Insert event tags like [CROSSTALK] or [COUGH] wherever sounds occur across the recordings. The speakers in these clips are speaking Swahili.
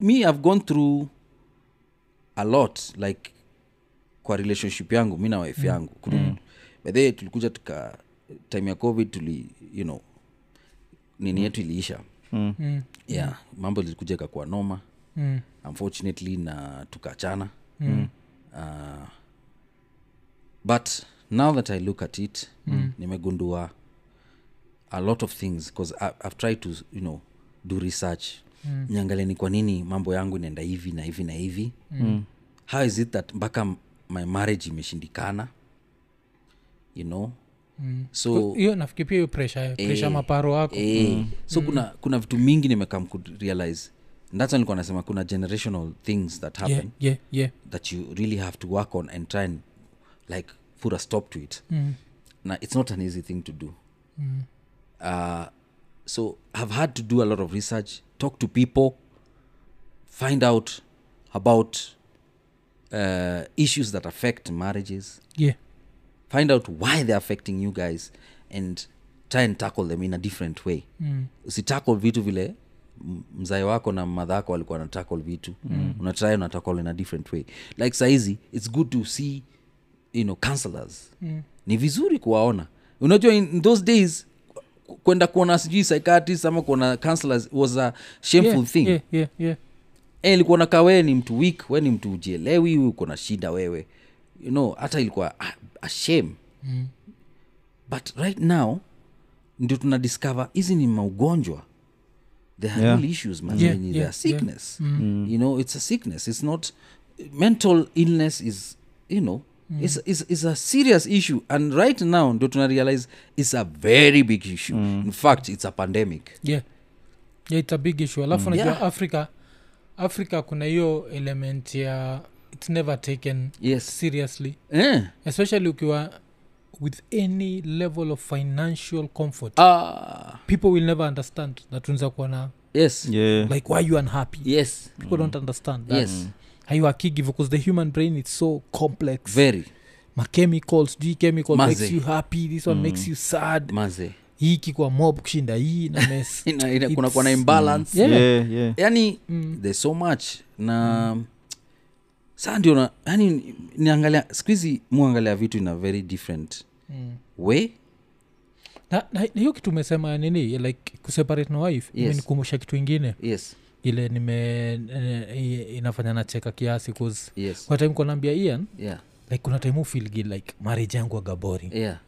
me i've gone through a lot like kwa relationship yangu mi na wife yangu mm. bethe tulikuja tuka time ya covid tuli you know nini yetu iliisha Mm. yeah mambo ilikuja ikakuwa noma Mm. unfortunately na tukachana mm. uh, but now that i look at it mm. nimegundua a lot of things bcause i've tried to you know do research mm. niangalie ni kwa nini mambo yangu inaenda hivi na hivi na hivi mm. how is it that mpaka m- my marriage imeshindikana you know mm. so hiyo nafikiri pia hiyo presha presha maparo wako Eh, so kuna kuna vitu mingi nimekam kurealize that's why nilikuwa nasema kuna generational things that happen yeah, yeah, yeah. that you really have to work on and try and like put a stop to it mm. now it's not an easy thing to do mm. uh, so i've had to do a lot of research talk to people find out about uh, issues that affect marriages yeah. find out why they're affecting you guys and try and tackle them in a different way mm. usitackle vitu vile m- mzae wako na madha ako walikuwa na tackle vitu mm. unatry una tackle in a different way like sahizi it's good to see you know counselors mm. ni vizuri kuwaona unajua in in those days ku- kwenda kuona sijui psychiatrist ama kuona counselors was a shameful yeah, thing yeah, yeah, yeah. Eh, ilikuwa nakaa wewe ni mtu weak wewe ni mtu ujielewi wewe uko na shida wewe you know hata ilikuwa a, a shame mm. but right now ndio tuna discover hizi ni maugonjwa there are Yeah. real issues man Yeah, yeah, yeah, yeah, there are sickness yeah. mm. you know it's a sickness it's not mental illness is you know mm. is, is, is a serious issue and right now ndio tuna realize it's a very big issue mm. in fact it's a pandemic yeah. yeah it's a big issue alafu mm. najua Yeah. africa africa kuna hiyo element ya it's never taken yes seriously eh. especially ukiwa with any level of financial comfort ah, people will never understand na tunaweza kuona yes yeah like why you unhappy yes people don't understand that yes haiwakigivo because the human brain is so complex very machemical sijui chemical Maze. Mm. makes you happy this one makes you sad maze hii kikwa mob kushinda hii na [LAUGHS] mess Ina- ina- kuna It's- kuwa na imbalance Yeah. Mm. yeah yeah [LAUGHS] yani there's so much na saa ndio na- yani niangalia skuhizi muangalia vitu in a very different Mm. way na, na, na hiyo kitu umesema nini like kuseparate na wife Yes. imenikumbusha kitu ingine yes ile nime eh, i- inafanya nacheka kiasi cause yes kuna time kunaambia ian yeah like kuna time ufilgi like marriage yangu agabori yeah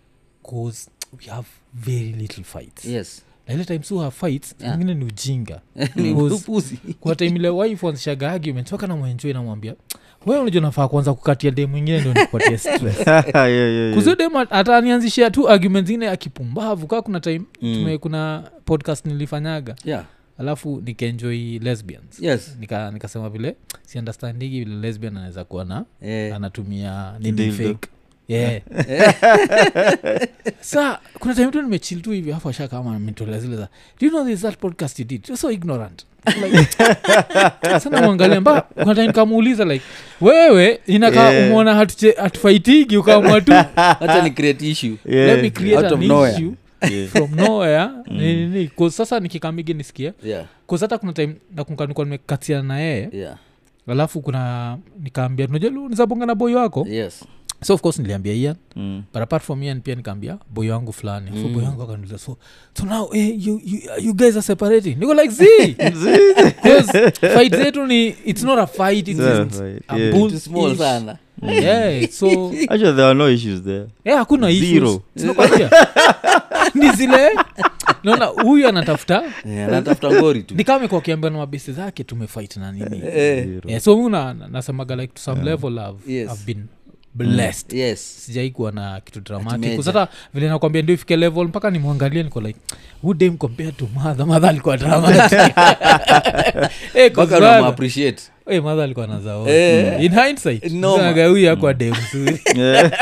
cause we have very little fights [LAUGHS] yes na ile time suha fights Yeah. ingine ni ujinga [LAUGHS] Ni [LAUGHS] Cause- upuzi. kuna time ile wife wanzishaga argument waka namwenjoi namwambia wewe unajua nafaa kwanza kukatia dem mwingine ndio nikupatia stress [LAUGHS] yeah yeah yeah kuzio dem at- hata anianzishia tu argument zingine ya kipumbavu kaa kuna time Mm. tume, kuna podcast nilifanyaga yeah alafu nikaenjoi lesbians yes nika nikasema vile siandastandigi vile lesbian anaweza kuwa na [LAUGHS] Eh, anatumia Dildo. nifake Yeah. sa kuna time tu nimechill tu hivi afu asha kama ametolea zile za do you know this that podcast you did You're so ignorant Like, [LAUGHS] sana mwangalia mba kuna time kamuuliza like wewe inakaa Yeah. yeah. umeona hatuche- hatufaitigi ukaamua tu hata ni create issue let me yeah create Out of an nowhere. issue yeah from nowhere nini nini. 'Cause sasa nikikamigi nisikie yeah kause hata kuna time nakumbuka nilikuwa nimekatiana na yeye yeah alafu kuna nikaambia tunajua nizabonga na boy wako yes so of course niliambia ian Mm. but apart from ian pia nikaambia boy wangu fulani so boy wangu akaniuliza so, so now eh, you, you, you guys are separating niko like [LAUGHS] z [LAUGHS] fight zetu ni it's not a fight it's, Yeah, it's right, a yeah. bull Too small ish. sana yeah, so actually there are no issues there yeah, hakuna issues. Zero. Tunakwambia. [LAUGHS] ni zile naona huyu anatafuta Yeah, [LAUGHS] anatafuta ngori tu nikaa amekuwa akiambia na mabesi zake tumefight na nini Eh, [LAUGHS] Zero. yeah, so mi na- na- nasemaga like to some level I've, Yes. I've been blessed yes sijai kuwa na kitu Ati dramatic major. sasa vile nakwambia ndio ifike level mpaka nimwangalie niko like who dem compared to mother mother alikuwa [LAUGHS] dramatic Eh, 'cause mpaka mother- unamappreciate eh, mother alikuwa na zao Eh. Mm. in hindsight Noma. unaonaga huyu akwa dem [LAUGHS] mzuri yeah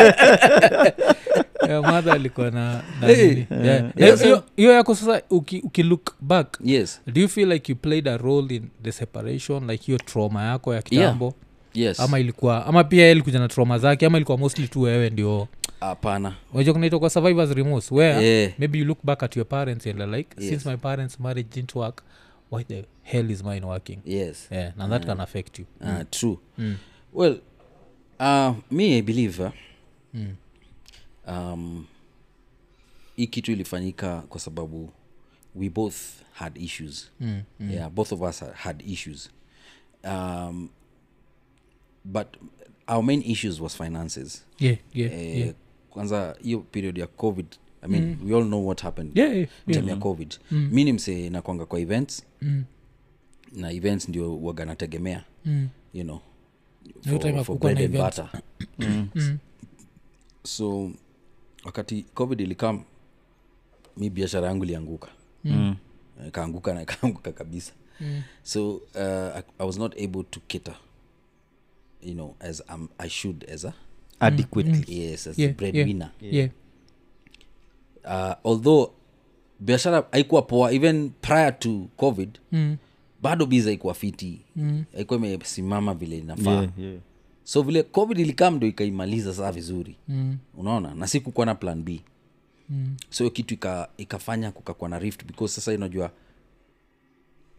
Eh, mother alikuwa na na Eh. nini. Yeah. Yeah, Eh, so- hiyo- hiyo yako sasa uki- ukilook back yes do you feel like you played a role in the separation like hiyo trauma yako ya kitambo yes ama ilikuwa ama pia yeye alikuja na trauma zake ama ilikuwa mostly tu wewe ndio hapana unajua kunaitwa kwa survivors remorse where Eh. maybe you look back at your parents and you're like Yes. since my parents marriage didn't work why the hell is mine working yes yeah, na that can affect you uh, true well uh, me i believe uh, um, hii kitu ilifanyika kwa sababu we both had issues mm, mm. yeah both of us ha- had issues um, but our main issues was finances yeah, yeah, Eh, yeah. kwanza hiyo period ya covid i mean we all know what happened Yeah, yeah, yeah. Mm. time ya covid mi ni msee nakwanga kwa events na events ndio waga nategemea you know Hiyo Mm. time ya for kukuwa na bread and events. Mm. butter Mm. so wakati covid ilikam mi biashara yangu ilianguka Mm. ikaanguka na ikaanguka kabisa Mm. so uh, I, i was not able to cater you know as um, i should as a adequately yes as Yeah, a bread yeah. winner yeah uh, although biashara haikuwa poa even prior to covid Mm. bado biz haikuwa fiti haikuwa imesimama vile inafaa yeah, yeah. so vile covid ilikam ndo ikaimaliza saa vizuri Mm. unaona na si kukuwa na plan b mm. so hiyo kitu ika, ikafanya kukakuwa na rift because sasa unajua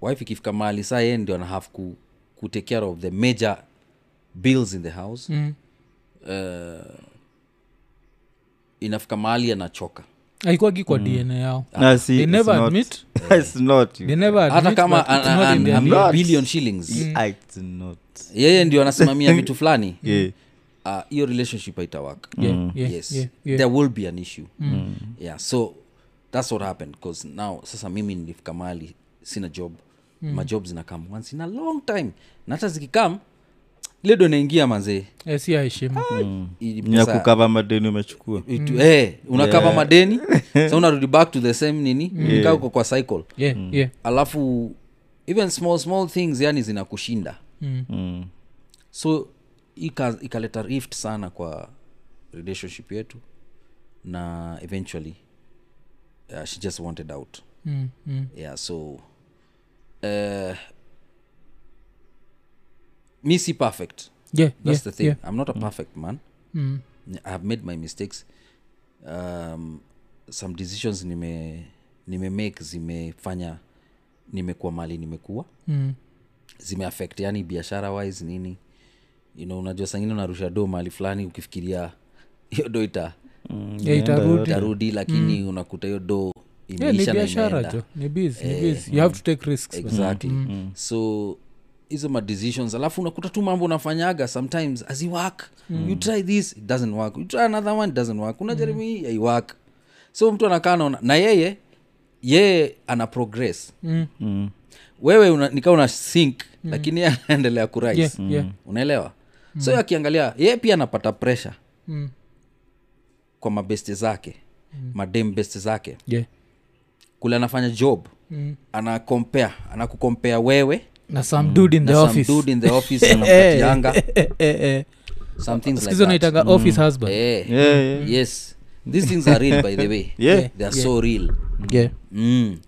wife ikifika mahali saa yeye ndio anahave ku, ku take care of the major bills in the house Uh, Mm. inafika mahali anachoka aikwagi kwa dna yao Nah, Mm. Ah, see, Ah, they it's never not- admit [LAUGHS] it's not you. they never hata admit, kama but it's not in their ana- DNA. ana DNA. billion shillings Mm. it's not yeye ndio [LAUGHS] anasimamia vitu fulani yeah. Ah, hiyo relationship haitawaka Mm. Yeah, Mm. yeah, yes yeah, yeah. Mm. there will be an issue yeah so that's what happened because now sasa mimi nilifika mahali sina job mm. majob zinakam once in a long time na hata zikikam ledo naingia manzee Eh, si ya heshima Ah. Ili Ni ya pesa- kukava madeni umechukua itu- Mm. eh, unakava madeni [LAUGHS] sa unarudi back to the same nini nikaa uko kwa cycle yeah yeah alafu even small small things yani zinakushinda Mm. mm. so ika- ikaleta rift sana kwa relationship yetu na eventually uh, she just wanted out Mm. Mm. yeah so uh, mi si perfect yeah that's yeah, the thing yeah. i'm not a perfect man Mm. i've made my mistakes um, some decisions nime nimemake zimefanya nimekuwa mali nimekuwa Mm. zimeaffect yani biashara wise nini you know, unajua sangine unarusha do mahali fulani ukifikiria hiyo do ita Mm, Yeah, inaenda itarudi. Mm. yote. itarudi lakini unakuta hiyo do Yeah, ni imeisha na biashara imeenda jo ni busy ni busy you have to take risks Eh. Mm. exactly Mm-hmm. so hizo madecisions alafu unakuta tu mambo unafanyaga sometimes aziwork Mm. you try this it doesn't work you try another one it doesn't work unajaribu hii aiwork so mtu anakaa naona na yeye yeye ana progress Mm. Mm. wewe una, nikaa una sink lakini yeye anaendelea kurais yeah yeah unaelewa mm. so akiangalia ye pia anapata presha Mm. kwa mabeste zake mm. madem beste zake yeah kule anafanya job Mm. ana compare anakukompea wewe na some dude in the Mm. na some office dude in the office anampatianga [LAUGHS] Eh, eh, eh. some things sikizo like that. naitanga office husband Eh, Yeah, yeah. yes these things are real by the way Yeah. they are so real yeah mm.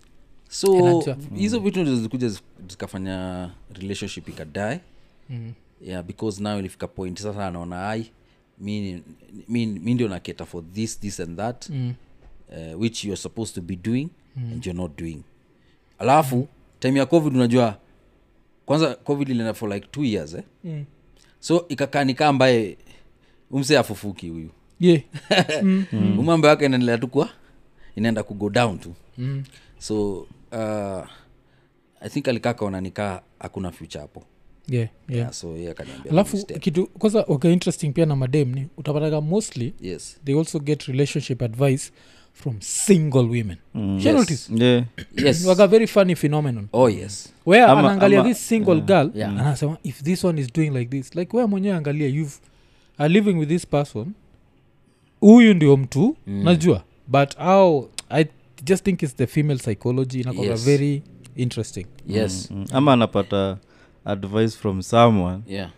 so Inajua. hizo vitu ndio zilikuja zik- zikafanya relationship ikadae Mm. yeah, because now ilifika point sasa anaona ai mi ni- mi- mi ndio naketa for this this and that mm. uh, which youare supposed to be doing mm. and you're not doing alafu mm. time ya covid unajua kwanza covid ilienda for like two years eh? Mm. so ikakaa nikaa ambaye umse afufuki huyu yeah mm. mambo yake inaendelea tu kuwa inaenda kugo down tu mm. so uh, i think alikaa kaona nikaa hakuna future hapo yeah yeah yeah. so ye akaniambia alafu "Step." kitu kwanza waka interesting pia na madem ni utapataga mostly [CLEARS THROAT] yes they also get relationship advice from single women mm. Yes. notice Yeah. yes waka very funny phenomenon oh yes where Ama- anaangalia ama- this single girl Yeah. and anasema if this one is doing like this like where mwenyewe angalia you've are living with this person huyu ndio mtu mm. najua but how i just think its the female psychology inakoga Yes. very interesting yes Mm. ama anapata advice from someone yeah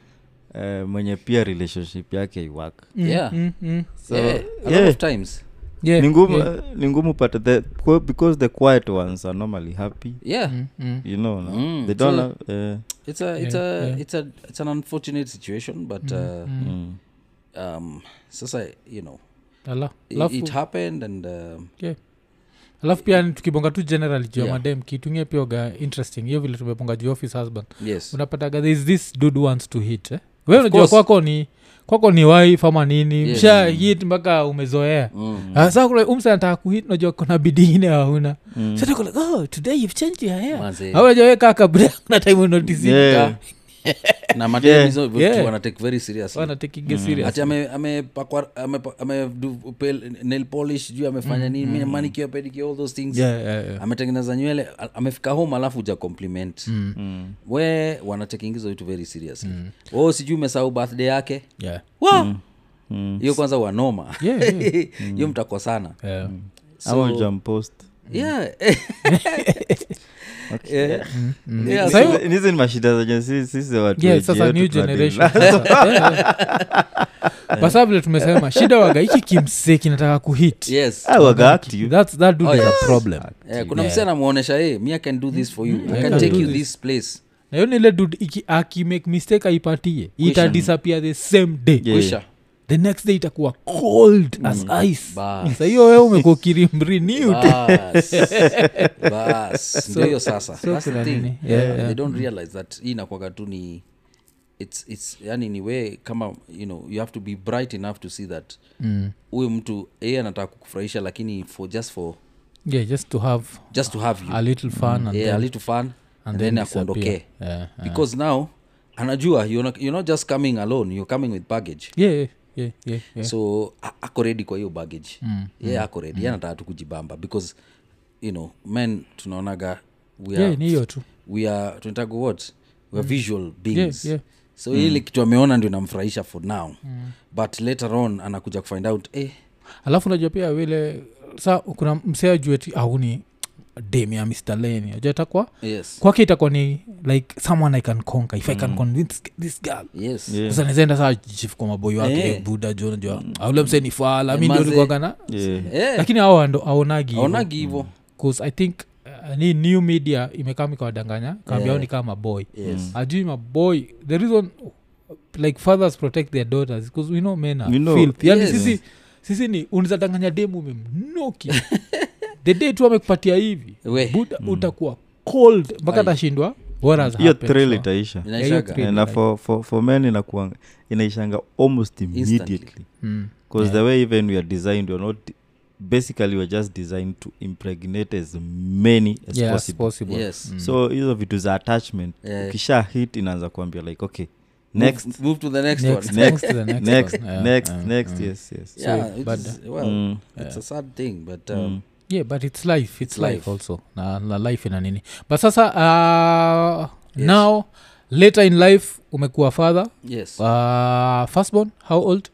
eh, mwenye pia relationship yake iwak yeah mm, mm. so Yeah. a lot Yeah. of times Yeah, ni ngumu eh, yeah. ni ngumu pata the, qu- because the quiet ones are normally happy yeah Mm, mm. you know Mm. they don't So- have, eh, it's a it's Yeah, a yeah. it's a it's an unfortunate situation but uh, mm. um sasa you know Ala- it, alafu- it happened and um, yeah. alafu pia ni tukibonga tu general juu ya Yeah. madem kitungie pia oga interesting hiyo vile tumebonga juu ya office husband yes unapataga there is this dude wants to hit eh? we unajua course. kwako ni kwako ni wife ama nini Yes. msha hit mpaka umezoea mm. Ah, saa kuna umsa nataka kuhit najua kona bidiine hauna Mm. satakolek oh today you've changed your hair Manze. aunajawe kaka bra [LAUGHS] na time unotisi ah. Yeah. na madem hizo Yeah. vitu wanatake very seriously wanatekige serious ati ame- amepakwa amepa- amedu- pel- nail polish juu amefanya nini manicure, pedicure, all those things Mm-hmm. Yeah, yeah, yeah. ametengeneza nywele a- amefika home alafu uja compliment Mm. Mm. we wanatekingizo vitu very seriously oh, sijui umesahau birthday yake Yeah. Wa! Hmm. hiyo kwanza wanoma Mm-hmm. Yeah, yeah. [LAUGHS] Mm. hiyo mtakosana Yeah. Mm. ama ujampost [LAUGHS] Yeah. Yeah. Yeah, so- Mm, Sasa- hizi ni mashida zenye si- sisi watu Yeah, wengi sasa yetu new tunadeal [LAUGHS] generation Sasa, yeah, yeah. But sasa vile tumesema shida waga hiki kimsee kinataka kuhit Yes. Ah, waga active. That's- that dude Oh, is a yes. problem. Eh, kuna msi anamwonyesha hey, me i can do this for you i Mm-hmm. can can take do you this." this place Na hiyo ni ile dude iki- akimake mistake aipatie ita Kwisha. disappear the same day Yeah. Kwisha. the next day itakuwa cold as ice Bas. Sa hiyo wewe umekuwa ukirimrenew tu. [LAUGHS] Bas. Bas. ndio hiyo sasa so That's the kuna thing. nini? Yeah, Eh, yeah. Mm. they don't realize that hii inakuwaga tu ni it's, it's, yani ni we kama you know you have to be bright enough to see that Mm. huyu mtu yeye anataka kukufurahisha lakini for just for Yeah, just to have just to have you a little fun and yeah, a then- little fun and and then then disappear. akuondokee Yeah, yeah. because now anajua you're not, you're not just coming alone you're coming with baggage Yeah, yeah, yeah, yeah, yeah. so a- ako ready kwa hiyo baggage mm, yeah ako ready mm. anataka tu kujibamba because you know men tunaonaga we are, Yeah, ni hiyo tu we are tunataka what we are visual beings yeah. so mm. ile kitu ameona ndio namfurahisha for now mm. but later on anakuja kufind out eh, alafu najua pia vile sa kuna msee ajue ti auni demi ya mr leni ajua itakwa yes kwake itakuwa ni like someone i can conquer if i Mm. can convince this girl yes Yeah. sasa nazaenda saa chief kwa maboyo wake Eh. yeah. buda jo najua aule msee ni fala Eh, mi ndio manze. likuagana Yeah. Eh, lakini ao ando aonagi aonagi hivo bcause i think uh, ni new media imekama ikawadanganya kaambia yeah. ni kama maboy yes ajui maboy the reason like fathers protect their daughters because we know men are We know. filth yani Yes. sisi, sisi ni unaweza danganya demu umemnoki [LAUGHS] the day tu amekupatia hivi Eh. We. buda utakuwa cold mpaka Aye. tashindwa what has hiyo happened, trail so. itaisha Eh, inaishaga thrill. na for, for, for men inakuanga inaishanga almost Instantly. immediately Mm. because the way even we are designed we're not basically we're just designed to impregnate as many as Yeah, as Mm. possible possible. yes so hizo vitu za attachment Yeah. ukisha hit inaanza kuambia like okay next move, move to the next, Next, one next next to the next next one. Yeah, Mm. next yeah, next yeah. yes yes So [LAUGHS] yeah, it- it's, but- well, Mm. it's a sad thing but um, Mm. yeah but it's life it's, It's life. life. also na, na life ina nini but sasa uh, Yes. now later in life umekuwa father yes uh, firstborn how old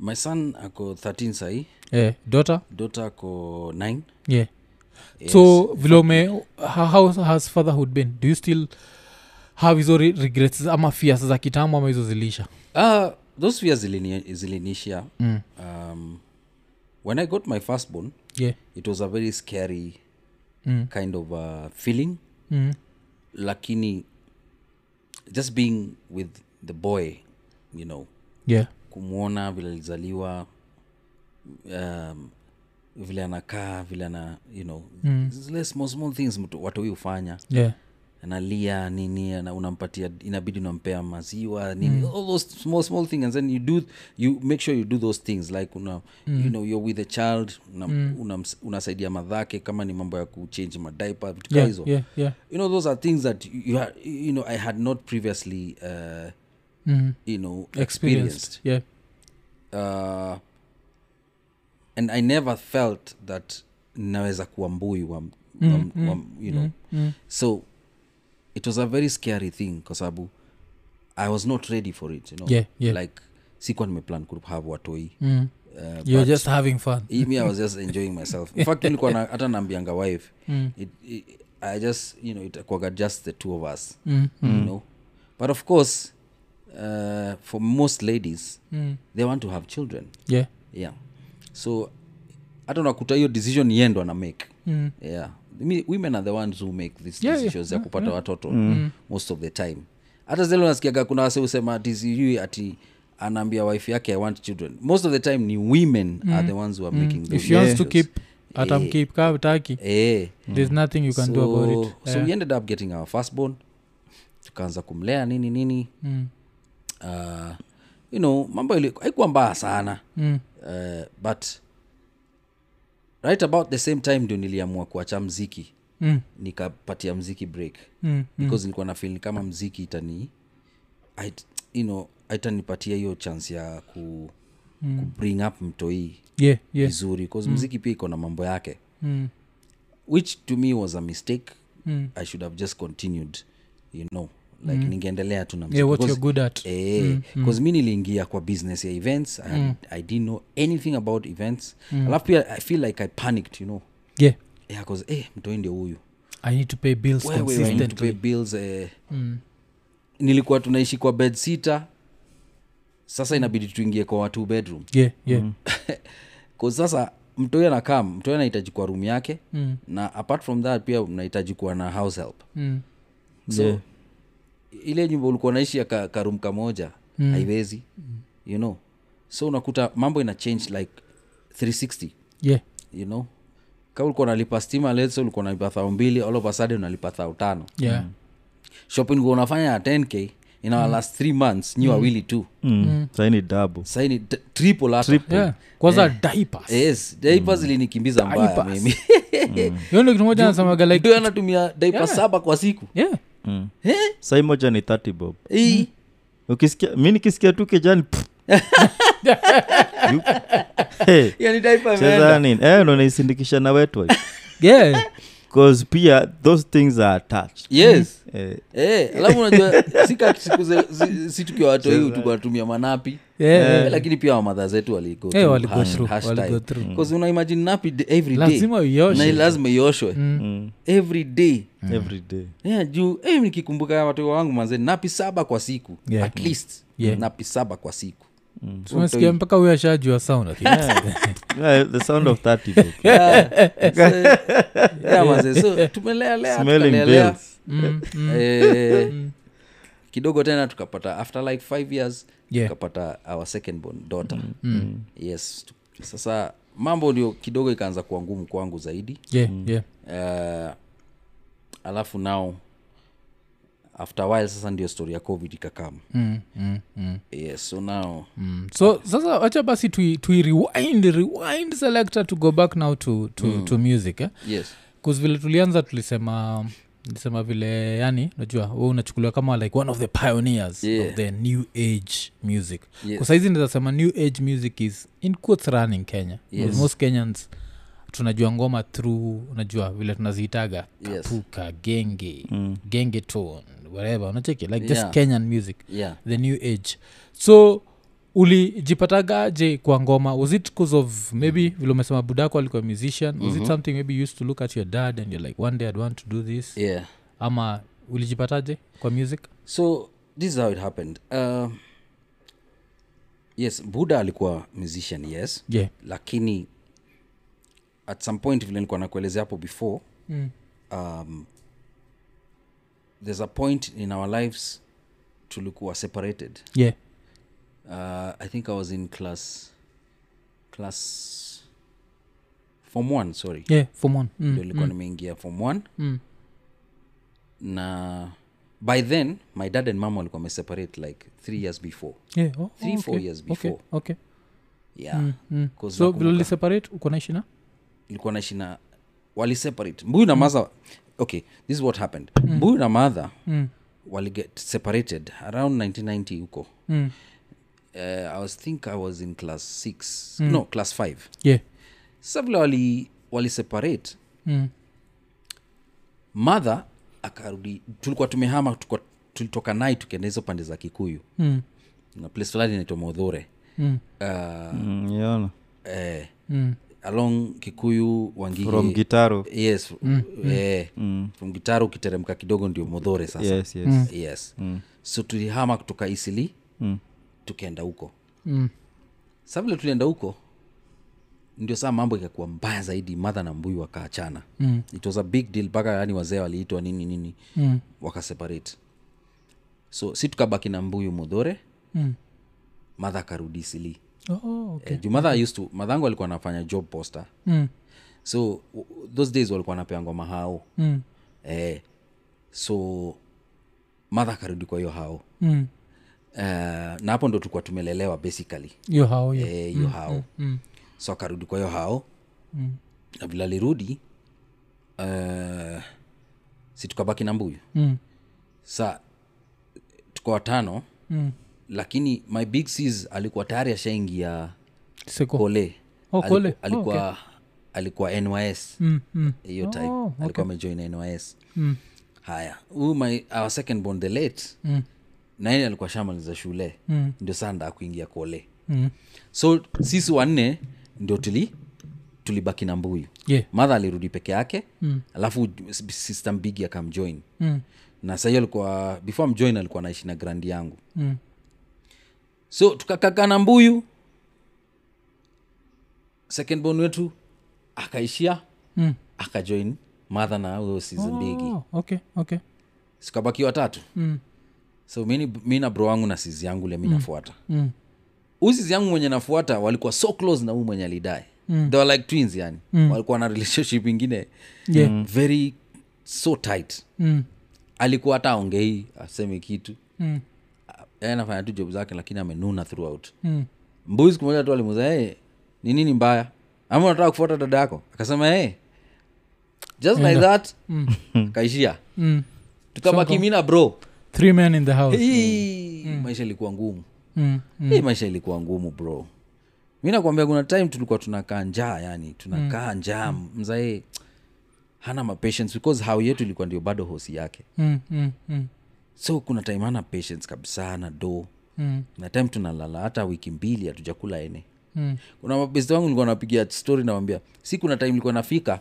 my son ako 13 sahi eh, daughter dota ako 9 yeah yes. so vile ume ho- how has fatherhood been do you still have hizo re- regrets ama fiasa za kitambo ama hizo zilisha uh, those fears zilini- zilinishia Mm. um, when i got my firstborn yeah it was a very scary Mm. kind of uh, feeling mm. lakini just being with the boy you know yeah kumwona vile alizaliwa um, vile anakaa vile ana you know mm. zile small small things mtu watoi hufanya yeah analia nini ana- unampatia inabidi unampea maziwa nini mm. all those small small things and then you do you make sure you do those things like una mm. you know you're with a child una, mm. una, unasaidia madhake kama ni mambo ya kuchange madipa vitu kaa yeah hizo yeah yeah you know those are things that you, you, ha, you know i had not previously uh, mm. you know experienced experienced yeah uh, and i never felt that naweza kuwa mbui wa, m- wa, m- wa, m- you know mm. so it was a very scary thing kwa sababu i was not ready for it you know Yeah, yeah. like sikuwa nimeplan kuhave watoi Mm. uh, you're but just having fun i- me i was just enjoying myself in fact nilikuwa na- hata naambianga wife Mm. it, it, i just you know itakwaga just the two of us mm. you know but of course uh, for most ladies Mm. they want to have children yeah yeah so hata unakuta hiyo decision yendwa na make mm. yeah Mi- women are the ones who make these Yeah, yeah. decisions ya kupata watoto Mm. most of the time hata zile unasikiaga kuna wase husema ati sijui ati anaambia wife yake i want children most of the time ni women are the ones who are making Mm. if those she wants to decisions. keep hata Eh. mkipkataki eh, there's nothing you can do about so, it so Eh, we ended up getting our firstborn tukaanza kumlea nini nini mm, uh, you know mambo ili- haikuwa mbaya sana mm, uh, but right about the same time ndio niliamua kuacha mziki mm, nikapatia mziki break mm, mm, because nilikuwa na feel ni kama mziki itani ait- you know haitanipatia hiyo chance ya ku, Mm. ku bring up mtoi yeah, yeah, vizuri bcause mziki pia iko na mambo yake mm, which to me was a mistake mm. i should have just continued you know like ningeendelea tu na mziki yeah what Because- you're good Mm, at Eh, 'cause mi niliingia kwa business ya events I, Mm. had- i didn't know anything about events alafu pia i feel like i panicked you know yeah yeah, cause, eh, mtoi ndio huyu i need to pay bills Wewe, I need to pay consistently bills eh, Mm, nilikuwa tunaishi kwa bed sita sasa inabidi tuingie kwa watu bedroom yeah yeah Mm. [LAUGHS] bcause sasa mtoi anakam mtoi anahitaji kwa room yake Mm, na apart from that pia mnahitaji kuwa na house help mm, so yeah. ile nyumba ulikuwa naishi ya ka, karum kamoja mm. haiwezi you know so unakuta mambo ina change like 360 yeah you know kama ulikuwa unalipa stima let's say ulikuwa unalipa thao mbili all of a sudden unalipa thao tano yeah shopping ulikuwa unafanya ya 10k ina mm. last three months nyi wawili tu mm. saini dabu saini d- triple Mm. hata yeah kwanza Eh. diapers yes diapers ilinikimbiza mbaya Diapers. mimi hiyo ndio kitu moja anasemaga like mtu anatumia diaper saba kwa siku yeah sai moja ni 30 bob Hmm. Hii, ukisikia mi nikisikia tu kijani [LAUGHS] pff. You- hey, hiyo ni diaper cheza imeenda. nini eh, unanisindikisha na wetwa yeah bcause pia those things are attached yes eh, Hmm. Eh, alafu unajua sika siku ze- zi- si tukiwa watoi tulikuwa tunatumia manapi Yeah, Eh, lakini pia wamadha zetu Ah, waligo Eh, waligo through, waligo Hmm. through. unaimajini napi d- every day. lazima na uioshe Hmm. lazima ioshwe mm, every day every day yeah, juu eh, nikikumbuka watoi wangu manze napi saba kwa siku Yeah. at least Yeah. napi saba kwa [LAUGHS] siku umesikia mpaka huyo ashajua sound lakini. yeah, Eh, the sound of 30 [LAUGHS] bob Eh, yeah, manze so tumelealea Smelling tukalealea bells. Mm, mm, Eh, kidogo tena tukapata after like five years Yeah. Mm. tukapata our second born daughter yes tu- sasa mambo ndio kidogo ikaanza kuwa ngumu kwangu zaidi yeah, yeah. uh, alafu now after a while sasa ndio story ya covid ikakama Mm, mm, mm, yes so now mm. so sasa wacha basi tui, tui rewind, rewind selector to go back now to, to, to Mm. music eh? yes 'Cause vile tulianza tulisema nilisema vile yani najua we unachukuliwa kama like one of the pioneers Yeah. of the new age music Yes. kwa saizi nizasema new age music is in quotes running kenya Yes. most kenyans tunajua ngoma through unajua vile tunaziitaga Yes. kapuka genge genge tone whatever unacheki like just Yeah. kenyan music yeah the new age so ulijipatagaje kwa ngoma was it cause of maybe Mm-hmm. vile umesema budako alikuwa musician was it something maybe you used to look at your dad and you're like one day i'd want to do this yeah ama ulijipataje kwa music so this is how it happened uh, yes buda alikuwa musician yes yeah lakini at some point vile nilikuwa nakuelezea hapo before mm. um, there's a point in our lives tulikuwa separated yeah uh, i think i was in class class form one sorry yeah form one mm. ndio ilikuwa nimeingia form one mm. na by then my dad and mama walikuwa wameseparate like three years before yeah oh, Three, okay. four years before. okay, okay. yeah Mm. 'Cause so nakumbuka- vile uliseparate uko naishi na ilikuwa naishi na waliseparate mbuyu Mm. na madha okay this is what happened mbuyu na madha mm. waliget separated around 1990 huko mm. uh, i was think i was in class 6 mm. no class 5 yeah sasa vile wali, wali separate mm. madha akarudi tulikuwa tumehama tulikuwa- tulitoka nai tukienda hizo pande za kikuyu Mm. na place fulani inaitwa modhure Mm. uh, mm, yaona eh, Mm. along kikuyu from wangigi gitaro yes eh, from gitaro ukiteremka kidogo ndio modhure sasa Mm. yes yes mm. yes so tulihama kutoka isili Mm. tukaenda huko Mm. sa vile tulienda huko ndio saa mambo ikakuwa mbaya zaidi madha na mbuyu wakaachana mm. it was a big deal mpaka yani wazee waliitwa nini nini mm. wakaseparate so si tukabaki na mbuyu mudhore Mm. madha akarudi isili Oh, okay. eh, juu madha used to madhangu alikuwa anafanya job poster mm. so w- those days walikuwa napeangwa mahao mm, eh, so madha akarudi kwa hiyo hao mm. uh, na hapo ndo tulikuwa tumelelewa basically hiyo hao hiyo. eh, hiyo hao mm. so akarudi kwa hiyo hao Mm. na vile alirudi uh, si tukabaki na mbuyu Mm. sa tuko watano Mm. lakini my big sis alikuwa tayari ashaingia Seko. kole Oh, Kole. Aliku- Oh, alikuwa alikuwa nys Mm, mm. hiyo type Oh, okay. alikuwa amejoin nys Mm. haya huyu my our second born the late Mm. naye alikuwa shamaliza shule Mm. ndio sanda kuingia kole Mm. so sisi wanne ndio tuli tulibaki na mbuyu Yeah. madha alirudi peke yake Mm. alafu sister mbigi akamjoin Mm. na sahiyo alikuwa before amjoin alikuwa naishi na grandi yangu Mm. so tukakaka na mbuyu second born wetu akaishia Mm. akajoin madha na huyo sister mbigi Oh, okay, okay. sikabaki watatu Mm. so mi ni- mi na bro wangu na sizi yangu le mi nafuata Mm. huyu sizi yangu mwenye nafuata walikuwa so close na huu mwenye alidae mm. they were like twins yani mm. walikuwa na relationship ingine Yeah. very so tight Mm. alikuwa hata aongei aseme kitu Mm. yeye anafanya tu job zake lakini amenuna throughout Mm. mbuzi siku moja tu alimuza hey, ni nini mbaya ama unataka kufuata dada yako akasema hey, just like that kaishia Mm. tukabaki mi na bro three men in the house Hii, maisha ilikuwa ngumu mm. mm. hii maisha ilikuwa ngumu bro mi nakwambia kuna time tulikuwa tunakaa njaa yani tunakaa mm. njaa mzae hana mapatience because hau yetu ilikuwa ndio bado hosi yake Mm. Mm. Mm. so kuna time hana patience kabisa na do Mm. na time tunalala hata wiki mbili hatujakula ene Mm. kuna mabest wangu nilikuwa napigia story nawambia si kuna time ilikuwa nafika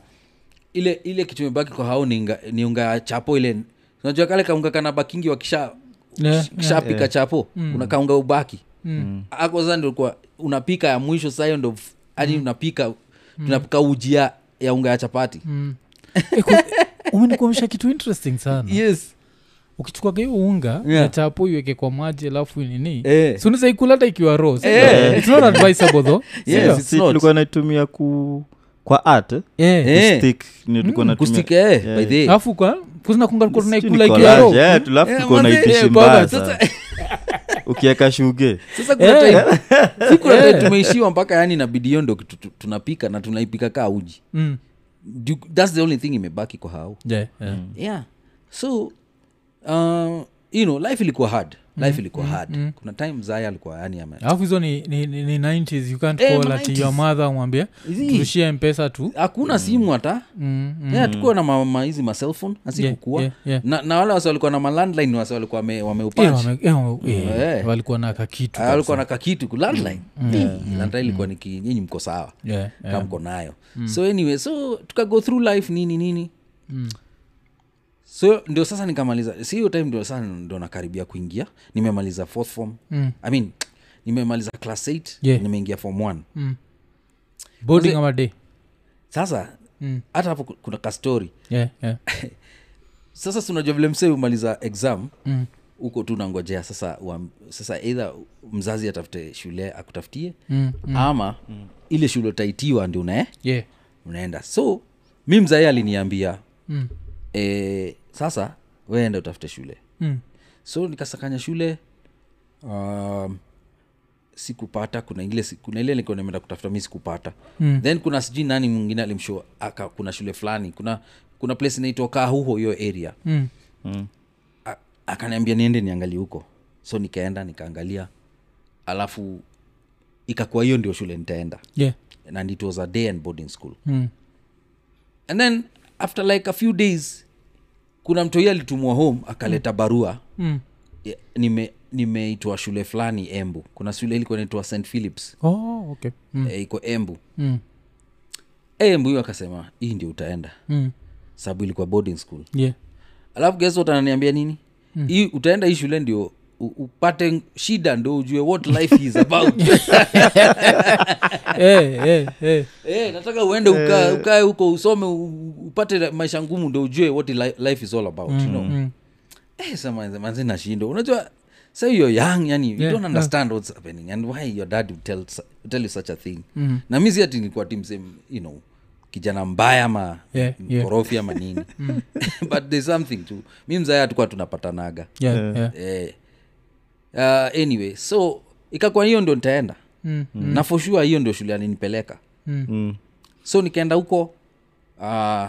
ile ile kitu imebaki kwa hao ni unga, ni unga ya chapo ile unajua kale kaunga kanabakingi wakisha Yeah, kishapika chapo kuna kaunga ubaki Mm. ako sasa ndio kwa unapika ya mwisho saa hiyo ndo Mm. yani unapika tunapika uji ya, ya unga ya chapati Mm. Eh, ku- [LAUGHS] umenikuamsha kitu interesting sana yes ukichukua hiyo unga Yeah. na chapo iweke kwa maji alafu nini Eh. sunisaikula hata ikiwa raw, si Eh. ndio? It's not advisable though [LAUGHS] si Yes, ndio? it's not. Eh, tulikuwa naitumia ku kwa art Eh. Eh. stick ni tulikuwa kustike natumia eh, by the way. alafu kwa kuznakunga likuwa Sijui tunaikula ni ikiwa collage, raw. eh, tulafu Eh, tuko na manze, itishi eh, mbaya baba, sana. sasa- [LAUGHS] ukiweka shuge sasa kuna Eh. [LAUGHS] time si kuna time Eh. tumeishiwa mpaka yani inabidi hiyo ndo kitu tu- tunapika na tunaipika kaa uji Mm. Du- thats the only thing imebaki kwa hao Yeah, yeah. yeah so uh, you know life ilikuwa hard Mm. life ilikuwa hard kuna time zaya alikuwa yani ame alafu hizo ni, ni, ni, ni 90s you can't Eh, call ma- ati your mother umwambie Zii. tushie mpesa tu Eh, hakuna simu hata mm, mm. yeah, tukuwa na ma- ma- hizi maselfon asikukua Yeah, yeah, yeah. na, na wale wase walikuwa na malandline wase walikuwa wame- Eh, wameupanch wame- eh, wame- eh, Eh. walikuwa na kakitu Ah, walikuwa na kakitu kulandline Mm. landline ilikuwa niki nyinyi mko sawa yeah, yeah. kamko nayo so anyway so tuka go through life nini nini Mm. so ndio sasa nikamaliza si hiyo time ndio sasa ndio nakaribia kuingia nimemaliza fourth form Mm. i mean nimemaliza class 8 Yeah. nimeingia form 1 Mm. boarding ama day sasa Mm. hata hapo ku- kuna kastori yeah, yeah. sasa tunajua vile msee umaliza exam Mm. huko tu nangojea sasa wa, sasa eidha mzazi atafute shule akutafutie Mm. ama mm. ile shule utaitiwa ndio unae yeah. unaenda so mi mzae aliniambia Mm. e, sasa weenda utafute shule Mm. so nikasakanya shule um, sikupata kuna ile kuna ile nilikuwa nimeenda kutafuta mi sikupata Mm. then kuna sijui nani mwingine alimshow aka kuna shule fulani kuna kuna place inaitwa kahuho hiyo area Mm. A- akaniambia niende niangalie huko so nikaenda nikaangalia alafu ikakuwa hiyo ndio shule nitaenda yeah. and it was a day and boarding school Mm. and then after like a few days kuna mtoi alitumwa home akaleta barua Mm. ya- nime nimeitwa shule fulani embu kuna shule ilikuwa inaitwa st philips Oh, okay. Mm. eh, iko embu Eh, Mm. embu hiyo akasema hii ndio utaenda Mm. sababu ilikuwa boarding school yeah. alafu guess what ananiambia nini Mm. hii utaenda hii shule ndio u- upate shida ndo ujue what life is about [LAUGHS] Ah. Eh, eh, eh. Eh, nataka uende uka- ukae huko usome u- upate maisha ngumu ndo ujue what li- life is all about you know? Mm. Eh, sa manze- manze nashindo unajua sa you're young yani you Yeah, don't yeah. understand what's happening and why your dad would tell, su- would tell you such a thing Mm. na mi si ati nilikuwa tim same you know kijana mbaya ama Yeah, yeah. Mm. mkorofi ama nini [LAUGHS] but there's something tu mi mzaya tukuwa tunapatanaga yeah, yeah. eh, uh, anyway so ikakuwa hiyo ndio nitaenda mm. na for sure hiyo ndio shule aninipeleka Mm. so nikaenda huko uh,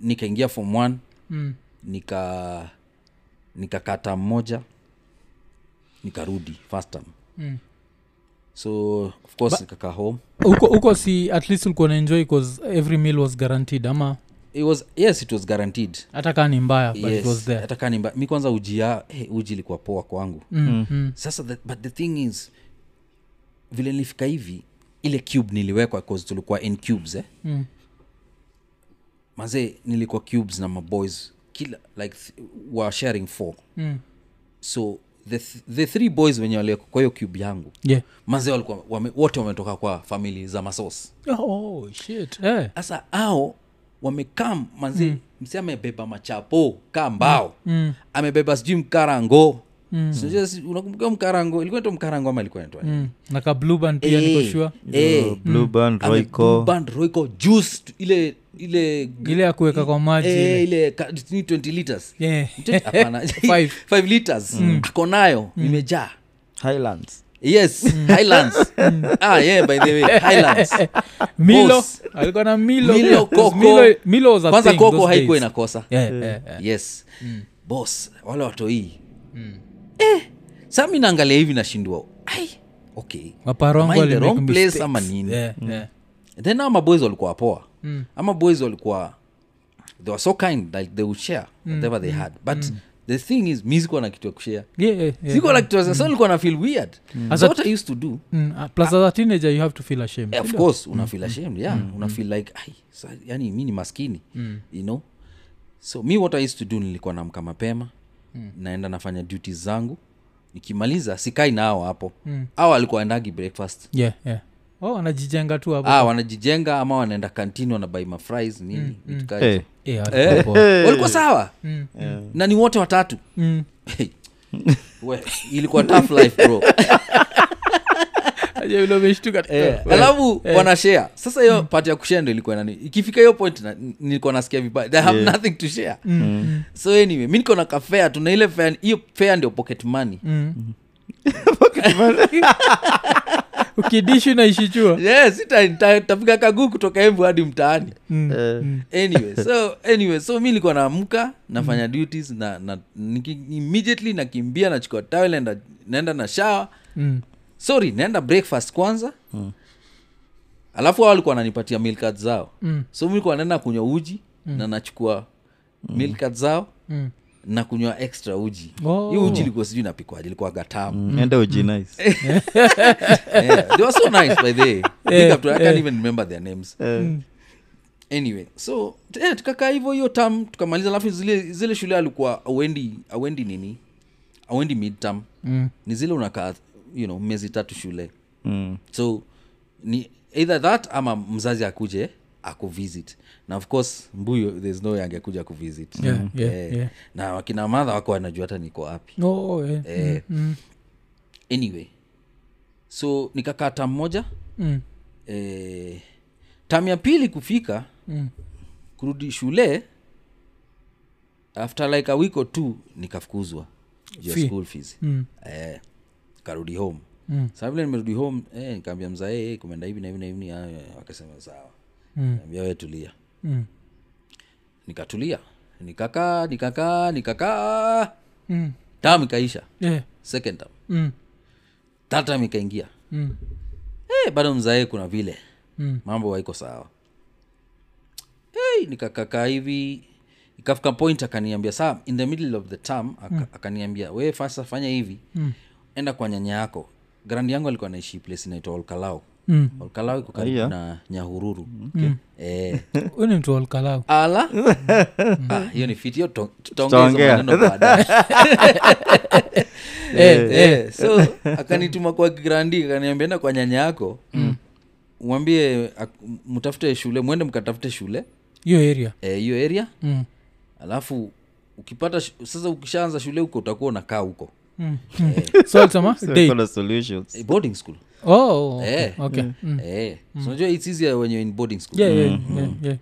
nikaingia form one Mm. nika nikakata mmoja nikarudi first time Mm. so of course nikakaa home huko huko si at least ulikuwa naenjoy bcause every meal was guaranteed ama it was yes it was guaranteed hata kaa ni mbaya but it was yes there hata kanimba mi kwanza ujia hey, uji ilikuwa poa kwangu mm. Mm. sasa the, but the thing is vile nilifika hivi ile cube niliwekwa cause tulikuwa in cubes eh? Mm. mazee nilikuwa cubes na maboys kila like th- were sharing four Mm. so the, th- the three boys wenye walikuwa kwa hiyo cube yangu yeah mazee walikuwa wame, wote wametoka kwa famili za masos oh shit eh. sasa ao wamekam mazee mm. msee amebeba machapo kaa mbao mm. amebeba sijui mkarango mm. unakumbuka mkarango ilikuwa naitwa mkarango ama ilikuwa naitwa mm. na ka blue band pia niko Eh. sure Yo, blue band royco band roiko juice tu- ile ile ile ya kuweka kwa maji eh, ile ile ka- ni 20 liters yeah. Hapana. [LAUGHS] Five. Mm. 5 liters ako nayo imejaa highlands yes Mm. highlands [LAUGHS] ah yeah by the way highlands [LAUGHS] milo Boss. alikuwa na milo [LAUGHS] Milo, Because koko. milo, milo was a kwanza thing koko those haikuwa Eh. days. inakosa yeah, yeah, yeah. yes Mm. bos wale watoii eh, sa mi naangalia hivi nashindwa ai okay Am I waparongo in the wali make wrong place mistakes. ama nini? yeah, Mm. yeah. then ama boys walikuwa poa ama boys walikuwa they were so kind like they would share whatever they had but the thing is mi sikuwa na kitu ya kushare Mm. Yeah, Mm. yeah, yeah. sikuwa na kitu ya- so nilikuwa na feel weird As so a- what i used to do Mm, uh, plus as a teenager you have to feel ashamed Eh, of course una feel ashamed yeah una feel like ai sa, yani mi ni maskini you know so mi what i used to do nilikuwa namka mapema naenda nafanya duties zangu nikimaliza sikai na ao hapo mm. au alikuwa endagi breakfast yeah, yeah. Oh, wanajijenga tu hapo ah, wanajijenga ama wanaenda kantini wanabai mafries nini vitu kaa hizo. hey. Eh, Eh, walikuwa poa. walikuwa sawa na ni wote watatu Mm. [LAUGHS] We, ilikuwa tough life bro [LAUGHS] Aje vile umeshtuka. Eh, Mm. alafu wanashare sasa hiyo part ya kushare ndo ilikuwa nani ikifika hiyo point na- nilikuwa nasikia vibaya they have nothing to share so anyway mi niko na kafea tuna ile fare- hiyo fea ndio pocket money [LAUGHS] Mm. ukidishu naishichua yes ita- nita- tafika kaguu kutoka embu hadi mtaani Eh, Mm. anyway [LAUGHS] so anyway so mi nilikuwa naamka nafanya duties na, na niki, immediately nakimbia nachukua towel naenda, naenda na shawa Mm. sorry naenda breakfast kwanza alafu hao walikuwa wananipatia milk cards zao Mm. so mi nilikuwa naenda kunywa uji na nachukua milk cards zao Mm. na kunywa extra uji Oh. hiyo uji ilikuwa sijui napikwaje ilikuwa gatamu enda Mm. ujinice yeah. they were so nice by the way. Big up to- I can't even remember their names anyway so eh, tukakaa hivyo hiyo tam tukamaliza alafu zile, zile shule alikuwa auendi auendi nini auendi midterm Mm. ni zile unakaa you know miezi tatu shule so ni either that ama mzazi akuje akuvisit na of course mbuyo there's no way angekuja kuvisit Yeah, yeah, Eh. yeah. na wakina madha wako wanajua hata niko wapi Oh, eh. Eh. Mm, anyway so nikakaa tam moja mm, eh, tam ya pili kufika mm. kurudi shule after like a week or two nikafukuzwa juu ya Fee. school fees Mm. eh, karudi home Mm. saa vile nimerudi home eh, nikaambia mzae eh, kumeenda hivi na hivi na hivi ah, eh, akasema sawa Mm. ambia we tulia Mm. nikatulia nikakaa nikakaa nikakaa Mm. tam ikaisha Yeah. second tam Mm. third tam ikaingia Mm. eh, bado mzae kuna vile Mm. mambo haiko sawa hey, nikakakaa hivi ikafika point akaniambia saa in the middle of the term aka, akaniambia we fasa fanya hivi mm. enda kwa nyanya yako grandi yangu alikuwa anaishi place inaitwa olkalao Mm. olkalao iko karibu Aiya. na nyahururu okay. eh, Huyu ni mtu walkalau [LAUGHS] ala Ah, hiyo ni fiti hiyo to- tutaongea Tutaongea. hizo maneno baadaye [LAUGHS] Eh, eh, so akanituma kwa grandi akaniambia enda kwa nyanya yako Mm. mwambie ak- mtafute shule mwende mkatafute shule hiyo area eh, hiyo area mm. alafu ukipata sh- sasa ukishaanza shule huko utakuwa unakaa huko so alisema So date. kuna solutions. Eh, boarding school Oh, okay, Eh. okay. Mm. eh. so unajua it's easier when you're in boarding school Yeah, yeah, yeah, yeah.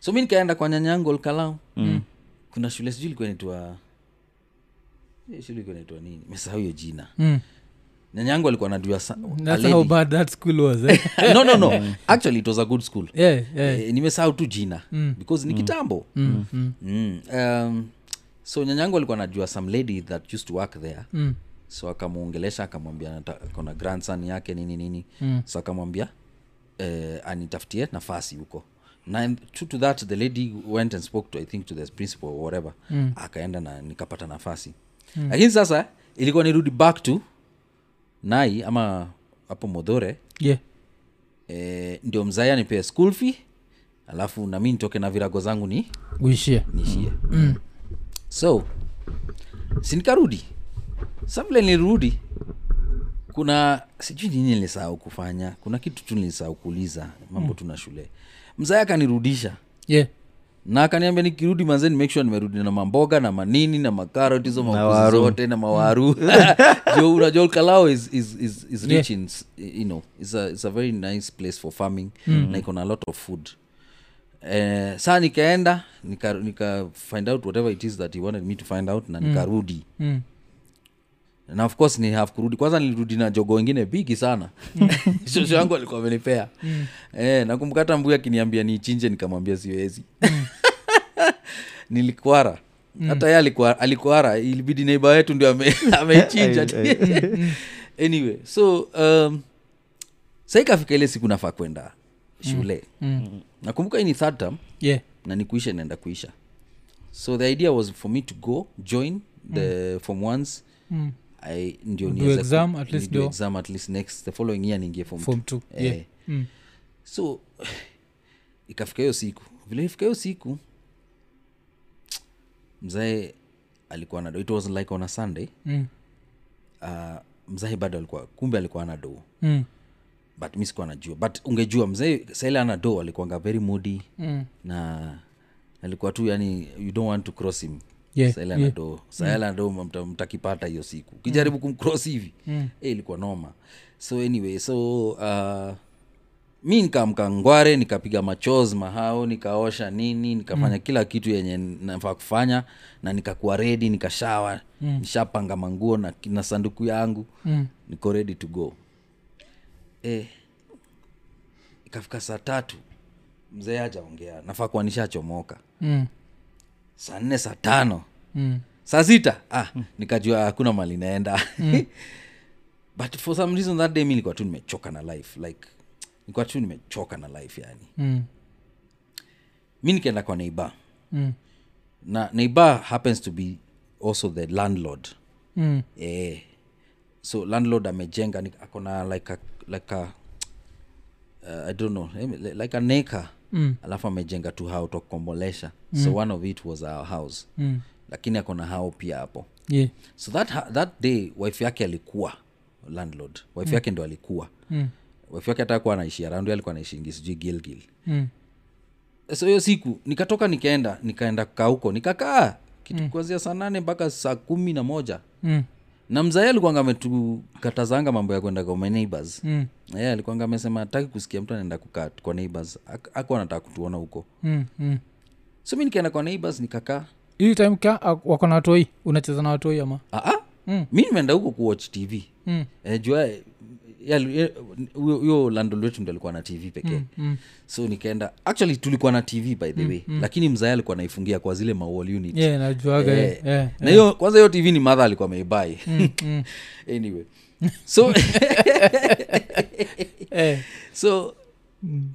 so mi nikaenda kwa nyanyangu olkalau mm. kuna shule sijui ilikuwa inaitwa eh, shule ilikuwa inaitwa nini mesahau hiyo jina Mm. nyanyangu alikuwa anajua sa- a That's how lady. bad that school was, eh? [LAUGHS] [LAUGHS] no no no actually it was a good school Yeah, yeah. Eh, nimesahau tu jina mm. because ni kitambo Mm, mm, mm. um, so nyanyangu alikuwa anajua some lady that used to work there mm, so akamwongelesha akamwambia nata- kona grandson yake nini nini Mm. so akamwambia eh, anitafutie nafasi huko na in- true to that the lady went and spoke to i think to the principal or whatever mm. akaenda na nikapata nafasi mm. lakini sasa ilikuwa nirudi back to nai ama hapo modhore yeah. eh, ndio mzai anipee school fee alafu nami nitoke na virago zangu ni uishie niishie mm. so sinikarudi sa vile nilirudi kuna sijui nini nilisahau kufanya kuna kitu tu nilisahau kuuliza mambo mm. tuna shule mzaya akanirudisha yeah. na akaniambia nikirudi manze ni make sure nimerudi na mamboga na manini na makarot hizo makuzi waru. zote na mawaru [LAUGHS] jo unajua kalao is, is, is, is rich in, s- you know, it's a, it's a very nice place for farming mm. na iko na a lot of food Eh, saa nikaenda nika, nika find out whatever it is that he wanted me to find out na nikarudi Mm. na of course ni have kurudi kwanza nilirudi na jogo wengine bigi sana [LAUGHS] shosho yangu alikuwa amenipea eh, nakumbuka hata mbuyu akiniambia niichinje nikamwambia siwezi [LAUGHS] nilikwara hata ye alikuwa- alikwara ilibidi neiba wetu ndio ame- [LAUGHS] ameichinja [LAUGHS] anyway so um, sa ikafika ile siku nafaa kwenda shule nakumbuka hii ni third term yeah. na ni kuisha inaenda kuisha so the idea was for me to go join the form ones Mm. I- ndio Do niweze ku- exam, at least nido ndio- exam at least next the following year niingie form form two. two. Eh. Yeah. Mm. so [SIGHS] ikafika hiyo siku vile ifika hiyo siku mzae alikuwa anado it was like on a sunday Mm. uh, mzae bado alikuwa kumbe alikuwa anado Mm. but mi sikuwa najua but ungejua mzee saile anado alikuanga very moody Mm. na alikuwa tu yani you don't want to cross him Yeah, Mm. Silent Ado. Silent Ado mta- mtakipata hiyo siku ukijaribu kumcross hivi Mm. Eh, ilikuwa noma so anyway so uh, mi nikaamka ngware nikapiga machozi mahao nikaosha nini Mm. nikafanya kila kitu yenye nafaa kufanya na nikakuwa redi nikashawa nishapanga manguo na, na sanduku yangu Mm. niko ready to go eh, ikafika saa tatu mzee ajaongea nafaa kuwa nishachomoka Mm. saa nne saa tano Mm. saa sita ah, nikajua hakuna mali naenda [LAUGHS] but for some reason that day mi nilikuwa tu nimechoka na life like nilikuwa tu nimechoka na life yani Mm. mi nikaenda kwa neiba Mm. na neiba happens to be also the landlord Mm. eh. so landlord amejenga ni- ako na like a, like a uh, i don't know em- li- like a neka Mm. alafu amejenga tu hao tokukombolesha so one of it was our house Mm. lakini ako na hao pia hapo Yeah. so that, ha- that day wife yake alikuwa landlord wife yake ndo alikuwa Mm. wife yake hata kuwa anaishi araundi alikuwa anaishingi sijui gilgil Mm. so hiyo siku nikatoka nikaenda nikaenda kukaa huko nikakaa kitu kuanzia saa nane mpaka saa kumi na moja Mm. na mzae alikuanga ametukatazanga mambo ya kwenda kwa my neighbors Mm. yeah, alikuanga amesema ataki kusikia mtu anaenda kukaa kwa neighbors Ak- akuwa anataka kutuona huko Mm. Mm. so mi nikaenda kwa neighbors nikakaa hii time ka a- wako na watoi unacheza na watoi ama aa Mm. mi nimeenda huko kuwatch tv Mm. Eh, jua eh, yali- eh, huyo huyo landlord wetu ndo alikuwa na tv pekee mm. so nikaenda actually tulikuwa na tv by the way lakini mzae alikuwa anaifungia kwa zile mawall unit yeah najuaga Eh, yeah. yeah. na hiyo kwanza hiyo tv ni madha alikuwa ameibai Mm, [LAUGHS] anyway so [LAUGHS] eh. so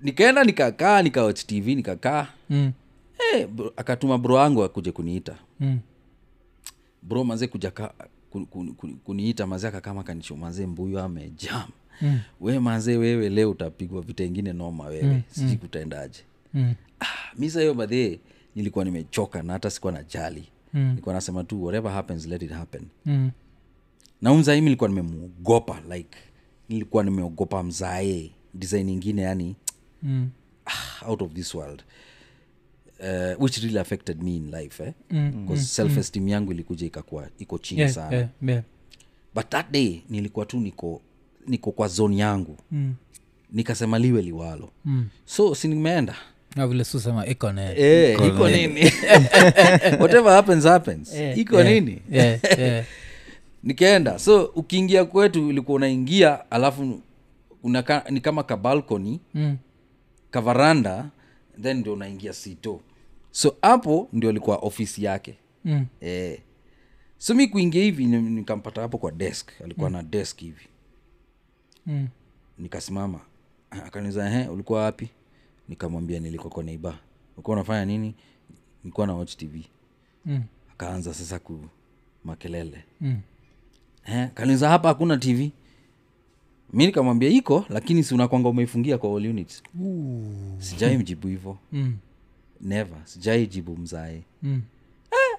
nikaenda nikakaa nikawach tv nikakaa mm. eh, bro- akatuma bro wangu akuje kuniita Mm. bro maze kuja ka, kun, kun, kun, kuniita maze akakama kanisho maze mbuyu amejam Mm. we maze wewe leo utapigwa vita ingine noma wewe mm. sijui kutaendaje Mm. ah, misa hiyo badhee nilikuwa nimechoka na hata sikuwa na jali Mm. nilikuwa nasema tu whatever happens let it happen Mm. na huyu mzae mi nilikuwa nimemuogopa like nilikuwa nimeogopa mzae design ingine yani ah, Mm. out of this world uh, which really affected me in life eh? Mm, bcause self esteem yangu ilikuja ikakuwa iko chini yeah, sana yeah, eh, yeah. but that day nilikuwa tu niko niko kwa zone yangu Mm, nikasema liwe liwalo mm. so sinimeenda na vile susema iko na- Eh, iko nini [LAUGHS] whatever happens happens Eh, iko yeah, nini yeah, yeah. [LAUGHS] nikaenda so ukiingia kwetu ulikuwa unaingia alafu unaka, ni kama kabalcony Mm, kavaranda then ndio unaingia sito so hapo ndio ilikuwa ofisi yake mm, eh. so mi kuingia hivi ni- nikampata hapo kwa desk alikuwa mm. na desk hivi mm, nikasimama [CLEARS THROAT] akaniza he ulikuwa wapi nikamwambia nilikuwa kwa neiba ulikuwa unafanya nini nilikuwa na watch tv mm, akaanza sasa ku makelele mm. eh, kaniuliza hapa hakuna tv mi nikamwambia iko lakini si unakwanga umeifungia kwa all unit sijai mjibu hivo Mm, never sijai jibu mzae mm,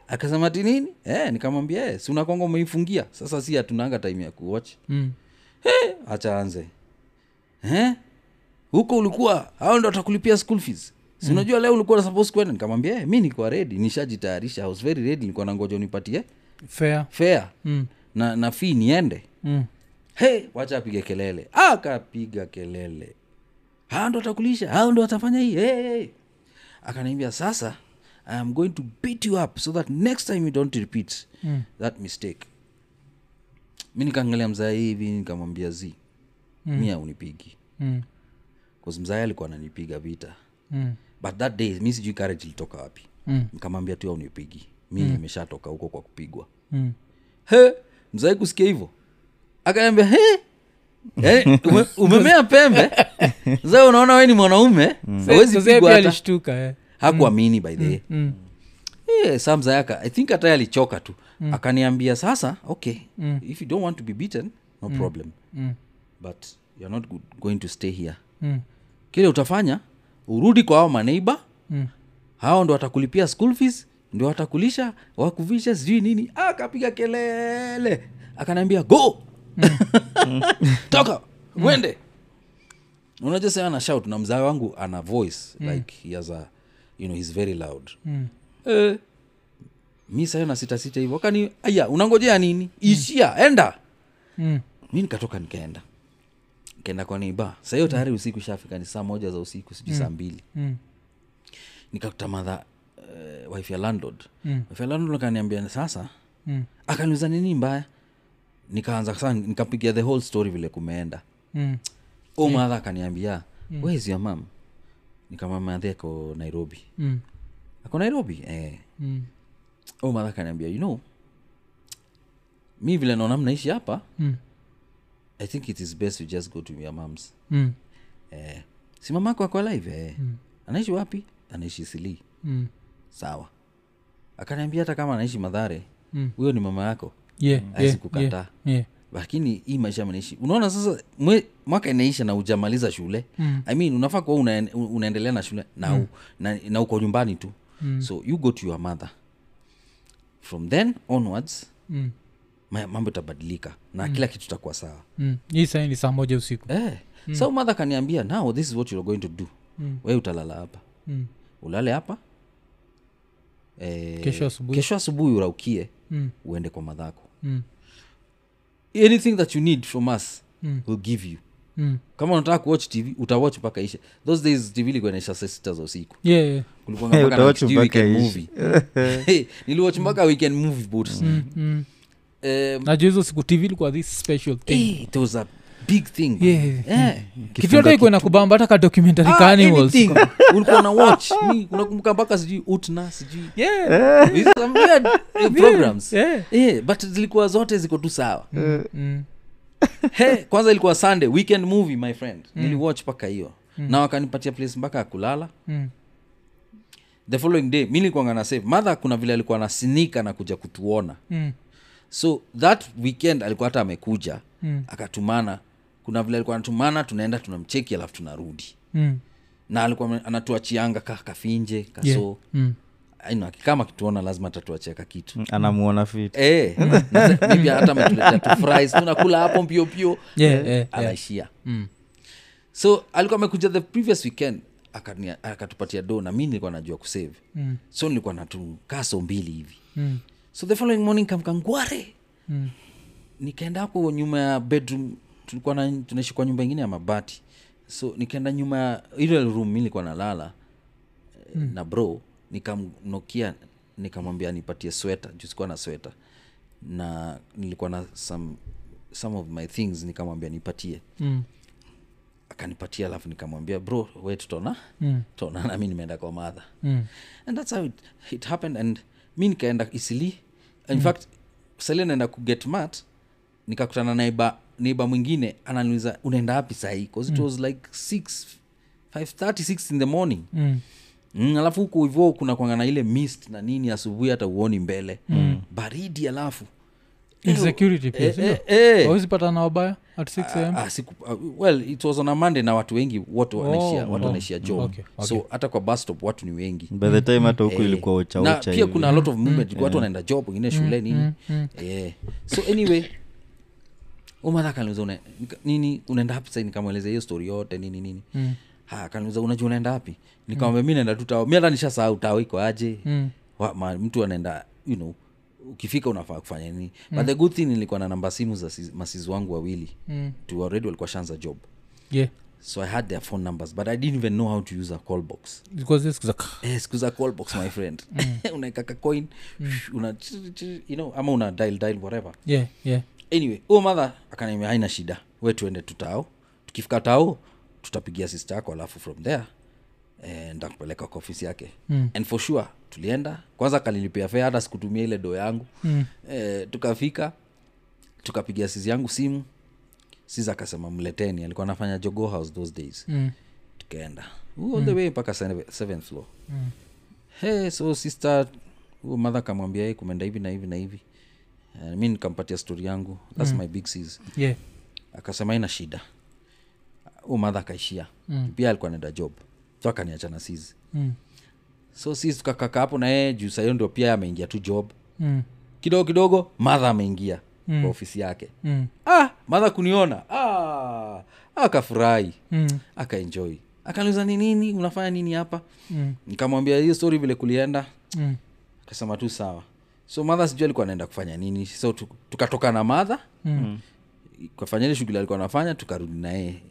akasema ti nini eh, nikamwambia eh, si unakwanga umeifungia sasa si hatunanga time ya kuwatch mm, eh, acha anze eh? huko ulikuwa au ndo atakulipia school fees Mm. si unajua leo ulikuwa suppose kwenda nikamwambia eh, mi nikuwa redi nishajitayarisha I was very ready nilikuwa nangoja unipatie fair fair mm, na, na fee niende mm, he wacha apige kelele akapiga kelele hao ndo atakulisha hao ndo atafanya hii hey, hey. akaniambia sasa i am going to beat you up so that next time you don't repeat Mm. that mistake mi nikaangalia mzae hivi nikamwambia z mm. mi aunipigi mm, mzae alikuwa ananipiga vita mm, but that day mi sijui courage ilitoka wapi Mm. nikamwambia tu aunipigi mi mm. nimeshatoka huko kwa kupigwa mm. he mzai kusikia hivyo akaambia he yaani ume, umemea [LAUGHS] pembe sa unaona we ni mwanaume Sasa- awezi sasa pigwa yeye Mm. pia hata alishtuka eh. hakuamini by the way Mm, Eh, sa mzai aka- i think hata yeye alichoka tu Mm. akaniambia sasa okay if you don't want to be beaten no problem mm, but you're not go- going to stay here mm, kile utafanya urudi kwa hao maneiba mm. hao ndo watakulipia school fees ndio watakulisha wakuvisha sijui nini akapiga kelele akanaambia go Mm. [LAUGHS] toka uende unajua sasa ana shout na mzaa wangu ana voice like he has a, you know, he's very loud Mm. eh, mi sayo na sita sita hivyo akani aya unangojea nini ishia enda Mm. mi nikatoka nikaenda nikaenda kwa neiba sahiyo tayari usiku ishafika ni saa moja za usiku sijui saa mbili Mm. nikakuta madha uh, wife ya landlord Mm. wife ya landlord akaniambia sasa Mm. akaniuliza nini mbaya nikaanza sasa nikapigia the whole story vile kumeenda Mm. o yeah. madha akaniambia mm. where is your mom nikamamaadhe ako nairobi Mm. ako nairobi eh. Mm. o madha akaniambia you know mi vile naona mnaishi hapa Mm. i think it is best you just go to your moms Mm. eh. si mamako ako alive eh. mm. anaishi wapi anaishi silii Mm. sawa akaniambia hata kama anaishi madhare Mm. huyo ni mama yako Yeah, Hawezi yeah, Mm, kukataa. yeah, yeah. lakini hii maisha manaishi unaona sasa mwe, mwaka inaisha na ujamaliza shule Mm. i mean unafaa kuwa una, unaendelea na shule na, mm. na, na uko nyumbani tu mm. so you go to your mother from then onwards Mm. ma- mambo itabadilika na mm. kila kitu takuwa sawa Mm. hii sai ni saa moja usiku eh. mm. so mother kaniambia now this is what you're going to do mm. we utalala hapa mm. ulale hapa eh, Kesho asubuhi. kesho asubuhi uraukie Mm. uende kwa madhako Mm. anything that you need from us Mm. we'll give you Mm. kama unataka kuwatch tv utawatch mpaka isha those days tv ilikuwa inaisha saa sita za usiku Yeah, yeah. Kulikuwanga mpaka na Utawatch sijui mpaka weekend ishe. movie. [LAUGHS] Hey, niliwatch mpaka weekend movie but Mm. um, najua hizo siku tv ilikuwa this special thing hey, it was a big thing Yeah, yeah, Eh, kitu hata iko inakubamba hata ka documentary ah, ka animals anything. [LAUGHS] ulikuwa na watch Mi unakumbuka mpaka sijui utna sijui Yeah, It's some [LAUGHS] weird, eh, programs yeah. Eh, but zilikuwa zote ziko tu sawa Mm. hey, kwanza ilikuwa sunday weekend movie my friend niliwatch mpaka hiyo na wakanipatia place mpaka ya kulala Mm. the following day mi nilikuanga na save madha kuna vile alikuwa anasinika na kuja kutuona Mm. so that weekend alikuwa hata amekuja Mm. akatumana kuna vile alikuwa anatumana tunaenda tunamcheki alafu tunarudi Mm. na alikuwa ame- anatuachianga ka kafinje kaso Yeah. yeah. Mm. kama akituona lazima atatuachia ka kitu anamuona fit [LAUGHS] Eh, na se- maybe hata ametuletea tu fries tunakula hapo mpio Eh, pio Yeah, Mm. yeah, yeah. anaishia so alikuwa amekuja the previous weekend akani- akatupatia do na mi nilikuwa najua kusave Mm. so nilikuwa natukaa so mbili hivi Mm. so the following morning kamkangware Mm. nikaenda hapo nyuma ya bedroom tulikuwa na tunaishi kwa nyumba ingine ya mabati so nikaenda nyuma ya ile room mi nilikuwa nalala mm. na bro nikamnokia nikamwambia anipatie sweta juu sikuwa na sweta na nilikuwa na some, some of my things nikamwambia nipatie Mm. akanipatia alafu nikamwambia bro we tutaona Mm. tutaonana mi nimeenda kwa madha Mm. and that's how it, it happened and mi nikaenda isili in Mm. fact sali naenda kuget mat nikakutana naiba neiba mwingine ananiuliza unaenda wapi sahii bcause Mm. it was like 6 536 in the morning Mm. mm, alafu huku hivo kuna kwanga na ile mist na nini asubuhi hata uoni mbele mm. baridi alafu insecurity pia Eh, sindio? eh, eh. Hawezi patana na wabaya at 6 am Ah, siku, ah, well it was on a monday na watu wengi wote wanaishia Oh, watu oh. wanaishia job Okay, okay. so hata kwa bus stop watu ni wengi by the time hata huku Eh, ilikuwa na ochaocha pia kuna a lot of movement Eh. watu wanaenda job wengine Mm, shule nini Eh. so anyway oh, umadha kaniuza una, nika- nini unaenda hapi sai nikamweleza hiyo story yote nini nini mm. ha kaniuza unajua unaenda hapi nikamwambia mi naenda tu tawa mi hata nishasahau tawa iko aje Mm. Wa- ma- mtu anaenda you know ukifika unafaa kufanya nini but the good thing nilikuwa na namba simu za sis- masizi wangu wawili Mm. tu already walikuwa shanza job yeah so i had their phone numbers but i didn't even know how to use a call box because this is a- Eh, siku za callbox my friend [LAUGHS] unaeka kacoin una chir- chir- you know, ama una dial dial whatever yeah yeah anyway huo madha akanaambia haina shida we tuende tutao tukifika tao tutapigia sister yako alafu from there eh, ndakupeleka kwa ofisi yake mm. and for sure tulienda kwanza kalinipia fea hata sikutumia ile doo yangu mm. eh, tukafika tukapigia sizi yangu simu siza akasema mleteni alikuwa anafanya jogo house those days Mm. tukaenda all the way mpaka seve- seventh floor mm. hey, so sister huyo madha kamwambia hey, kumeenda hivi na hivi na hivi uh, mi nikampatia stori yangu thats mm. my big sis yeah akasema ina shida huyo madha akaishia mm. pia alikuwa naenda job so akaniachana sis mm. so sis tukakaka hapo na yeye juu sahiyo ndio pia ameingia tu job Mm. kidogo kidogo madha ameingia mm. kwa ofisi yake Mm. ah madha kuniona ah, akafurahi Mm. akaenjoy akaniuza ni nini unafanya nini hapa mm. nikamwambia hiyo story vile kulienda Mm. akasema tu sawa so madha sijui alikuwa anaenda kufanya nini so tu- tukatoka na madha Mm. kafanya ile shughuli alikuwa anafanya tukarudi naye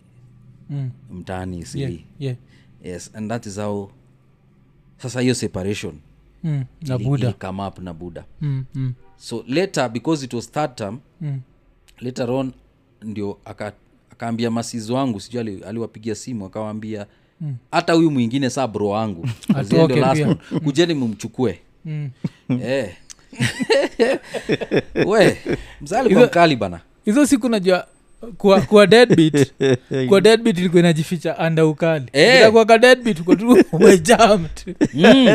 Mm. mtaani yeah sili yeah yes and that is how sasa hiyo separation Mm. na ili- buda ili come up na buda Mm. Mm. so later because it was third term Mm. later on ndio aka akaambia masizi wangu sijui ali- aliwapigia simu akawaambia hata huyu mwingine saa bro [LAUGHS] wangu Aziende Mm. Atoke last pia. one. kujeni mumchukue Mm. Eh. [LAUGHS] we mzaa alikuwa mkali bana hizo siku najua kwa kwa deadbeat kwa deadbeat ilikuwa inajificha anda ukali Eh. Ila kwa ka deadbeat uko tu [LAUGHS] wejamt Mm.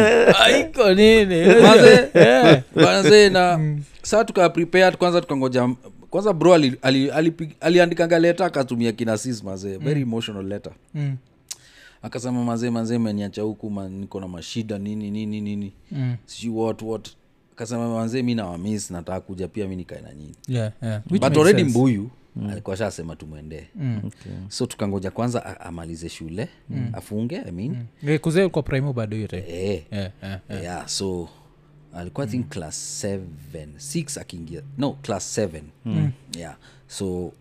aiko nini Maze. [LAUGHS] Eh. Manze, [LAUGHS] na Mm. saa tuka prepare kwanza tukangoja kwanza bro ali- ali- alipi- aliandikanga leta akatumia kinasis mazee very emotional letter Mm. akasema mazee mazee meniacha huku ma- niko na mashida nini nini nini Mm. sijui what what akasema manzee mi nawamis nataka kuja pia mi nikae na nyinyi yeah yeah Which but makes already sense. Mm. mbuyu alikuwa shasema tumwendee so tukangoja kwanza a- amalize shule Mm. afunge i mean Eh, kuzee kwa primo bado hiyo time eh, yeah yeah yeah so alikuwa thin class 7 6 akiingia no class 7 mm. yeah so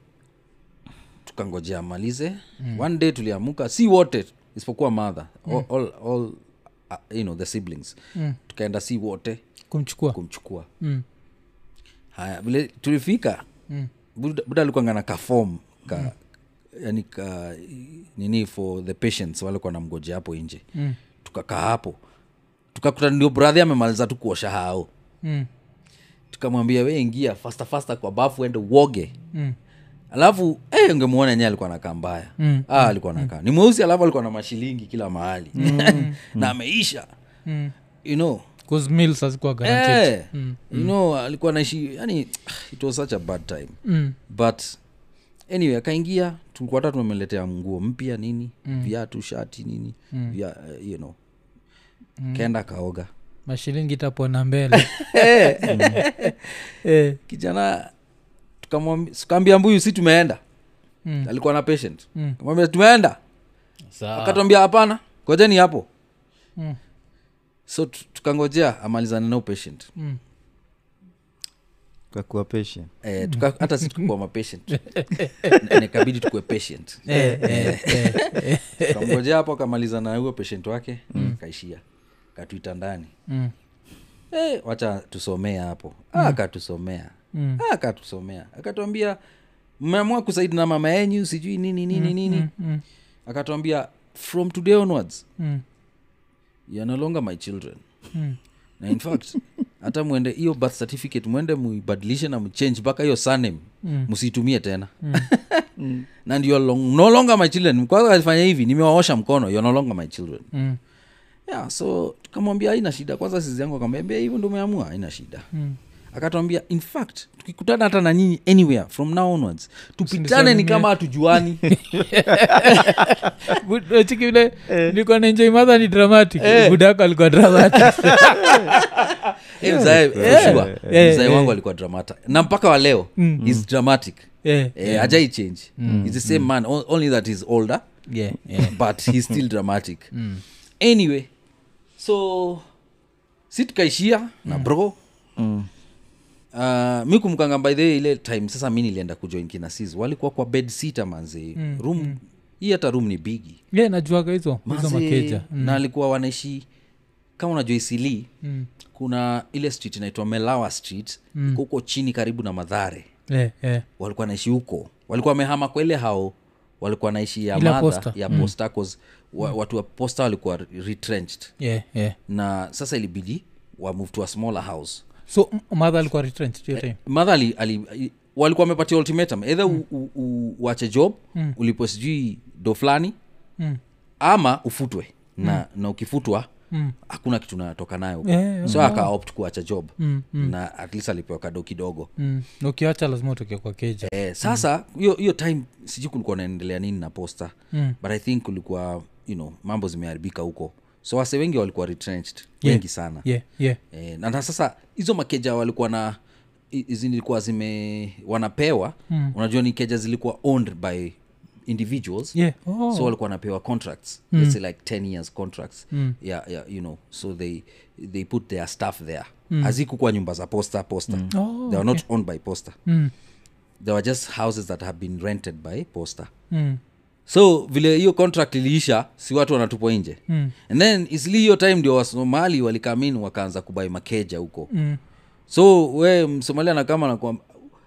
tukangojea amalize mm. one day tuliamuka si wote isipokuwa mother all, all, all uh, you know the siblings mm. tukaenda si wote kumchukua kumchukua Mm. haya vile tulifika mm. buda buda alikuwa ngana kafom ka mm. yani ka nini for the patients wale kwa namgoja hapo nje mm. tukakaa hapo tukakuta ndio bradhi amemaliza tu kuosha hao Mm. tukamwambia we ingia fasta fasta kwa bafu ende uoge Mm. alafu hey, ungemwona enyewe alikuwa nakaa mbaya mm. ah, alikuwa nakaa ni mweusi alafu alikuwa na mashilingi kila mahali mm. [LAUGHS] na ameisha Mm. you know Cause meals hazikuwa guaranteed. Eh, you know alikuwa naishi yani it was such a bad time Mm. but anyway akaingia tulikuwa hata tumemeletea nguo mpya nini Mm. viatu shati nini vya, eh, you know Mm. kaenda kaoga mashilingi itapona mbele Eh. kijana tukamwambi- tukaambia mbuyu si tumeenda Mm. alikuwa na patient Mm. kamwambia tumeenda Sawa. akatuambia hapana ngojeni hapo Mm. so tu- tukangojea amalizane nao patient Mm. kwa kuwa patient Eh, tuka- hata si tukukua mapatient nikabidi tukue patient Eh, eh, eh. kamgojea hapo akamalizana na huyo patient wake kaishia katuita ndani Mm. hey, wacha tusomee hapo Ah, akatusomea Mm. Ah, akatusomea akatuambia mmeamua kusaidi na mama yenyu sijui nini nini nini Mm, mm, akatuambia from today onwards mm, you are no longer my children mm. na in fact hata mwende hiyo birth certificate mwende muibadilishe na mchange mpaka hiyo surname Mm. msiitumie tena [LAUGHS] Mm. na ndio long, no longer my children kwaza alifanya hivi nimewaosha mkono you are no longer my children Mm. yeah, so tukamwambia haina shida kwanza sizi yangu akamwambia hivyo ndio umeamua haina shida Mm. akatwambia in fact tukikutana hata na nyinyi anywhere from now onwards tupitane ni Usinisalimie. kama hatujuani [LAUGHS] Good- eh, chiki vile nilikuwa naenjoy madha ni dramatic budako alikuwa dramatic Eh, mzae for Yeah. sure. Yeah, mzae yeah. wangu alikuwa dramatic na mpaka wa leo Mm. is dramatic Eh, eh, hajai change mm. is the same man o- only that he's older yeah, yeah. but he's still dramatic Mm. anyway so si tukaishia na bro Mm. Uh, mi kumkanga by the way, ile time sasa mi nilienda kujoin kina sis walikuwa kwa bed sita manze mm, room hii hata room ni bigi yeah najuaga hizo hizo manze makeja na alikuwa wanaishi kama unajua isili Mm. kuna ile street inaitwa melawa street mm. huko chini karibu na madhare Eh, eh. walikuwa naishi huko walikuwa wamehama kwa ile hao walikuwa naishi ya Ile ya madha Posta. Mm. ya posta cause wa, watu wa posta walikuwa retrenched Yeah, yeah. na sasa ilibidi wa move to a smaller house so m- mother alikuwa retrenched hiyo time madha ali, ali, i- walikuwa wamepatia ultimatum either mm. u, u, uache job mm. ulipo sijui do fulani Mm. ama ufutwe na, na ukifutwa hakuna kitu natoka nayo huko. Mm. Eh, so akaopt kuacha job Mm, na at least alipewa kado kidogo Mm. Na ukiacha lazima utokea kwa keja eh, sasa hiyo hiyo time sijui kulikuwa naendelea nini na posta Mm. but i think kulikuwa you know mambo zimeharibika huko so wase wengi walikuwa retrenched Yeah. wengi sana yeah, yeah. eh, na na sasa hizo makeja walikuwa na hi- hizi nilikuwa zime wanapewa mm. unajua ni keja zilikuwa owned by individuals Yeah. Oh. Hmm. so walikuwa wanapewa contracts mm. let's say like 10 years contracts mm. yeah, yeah, you know so they they put their staff there mm. hazikukuwa nyumba za posta posta mm. Hmm. Oh, they were not owned by posta Mm. there were just houses that have been rented by posta Mm. so vile hiyo contract iliisha si watu wanatupwa nje mm. and then isli hiyo time ndio wasomali walikamin wakaanza kubai makeja huko Mm. so we msomali anakama anakuam-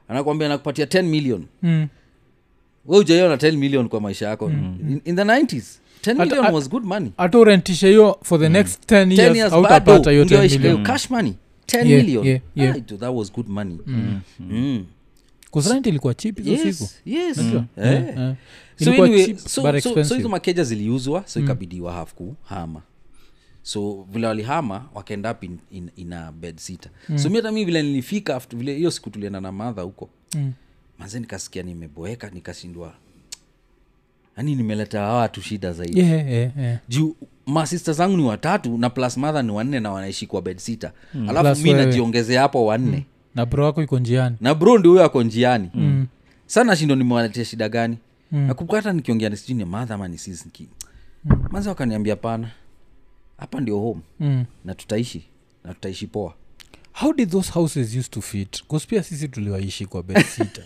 anakuambia nakupatia 10 million Mm. we ujaiona 10 million kwa maisha yako mm. in, in the 90s 10 million at- was good money hata urentishe hiyo for the next 10 10 years years autapata bado hiyo 10 ndio ishika hiyo million cash money 10 Yeah, million yeah, yeah. Ah, it- that was good money mm. Mm. kusrent ilikuwa chip hizo siku yes, yes. Eh. Eh. so Ilikuwa anyway, cheap, so- so- but so expensive. Mm. hizo makeja ziliuzwa so ikabidi wa have kuhama so vile walihama wakaenda up in, in, in a bed sita so mi hata mi vile nilifika after, vile hiyo siku tulienda na madha huko Mm. manze nikasikia nimeboeka nikashindwa yaani nimeleta hawa watu shida zaidi Yeah, yeah, yeah. juu masista zangu ni watatu na plus madha ni wanne na wanaishi kwa bed sita alafu Mm. Plus mi wewe. najiongezea hapo wanne na bro wako iko njiani na bro ndi huyo ako njiani mm. sana shindo nimewaletea shida gani mm. nakupata nikiongea na sijui ni madha ama ni sisi niki mm. manza wakaniambia pana hapa ndio home mm. na tutaishi na tutaishi poa how did those houses used to fit kuspia sisi tuliwaishi kwa besita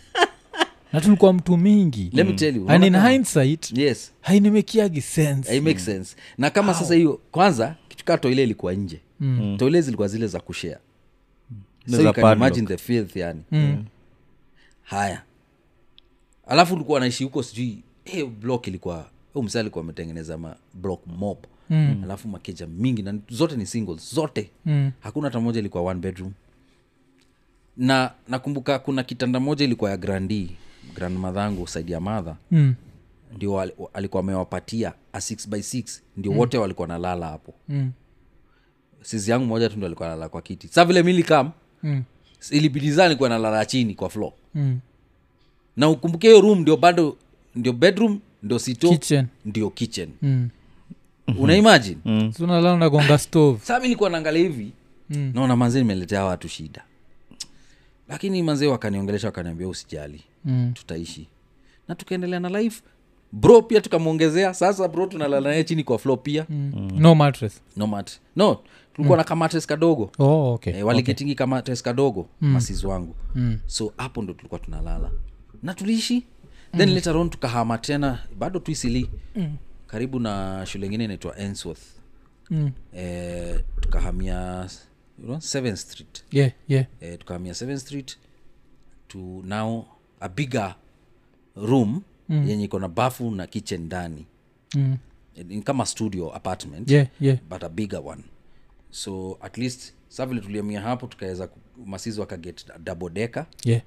[LAUGHS] na tulikuwa mtu mingi Let me tell you, and unaona in kama- hindsight yes hainemekiagi sense Eh, it makes sense Mm. na kama sasa hiyo kwanza kitukaa toile ilikuwa nje mm. toile zilikuwa zile za kushare Zile so za you can padlock. imagine the filth yani mm. haya alafu ulikuwa anaishi huko sijui hey, block ilikuwa huyu msee alikuwa ametengeneza ma block mob mm. alafu makeja mingi na zote ni singles zote mm. hakuna hata moja ilikuwa one bedroom na nakumbuka kuna kitanda moja ilikuwa ya grandi grandmadhangu saidi ya madha mm. ndio wali- wa- alikuwa amewapatia a 6 by 6 ndio wote walikuwa nalala hapo Mm. sizi yangu moja tu ndio alikuwa nalala kwa kiti sa vile milikam Mm. ilibidizaa nikuwa nalala chini kwa floor Mm. na ukumbuke hiyo room ndio bado ndio bedroom ndio sito kitchen ndio kitchen mm. unaimajin sunalala nagonga stove saa mi nikuwa naangalia hivi Mm. naona manzee nimeletea watu shida lakini manzee wakaniongelesha wakaniambia usijali mm. tutaishi na tukaendelea na life bro pia tukamwongezea sasa bro tunalala naye chini kwa flo pia mm. no mattress no mat no tulikuwa mm. na kamates kadogo oh, okay. eh, waligetingi okay. kamates kadogo mm. masizi wangu mm. so hapo ndo tulikuwa tunalala na tuliishi then mm. later on tukahama tena bado tuisili mm. karibu na shule ingine inaitwa ensworth mm. eh, tukahamia you know, 7th street yeah, yeah. eh, tukahamia 7th street to now a bigger room mm. yenye iko na bafu na kitchen ndani Mm. Eh, ni kama studio apartment yeah, yeah. but a bigger one so at least sa vile tuliamia hapo tukaweza ku- masizi wakaget double deka yeah.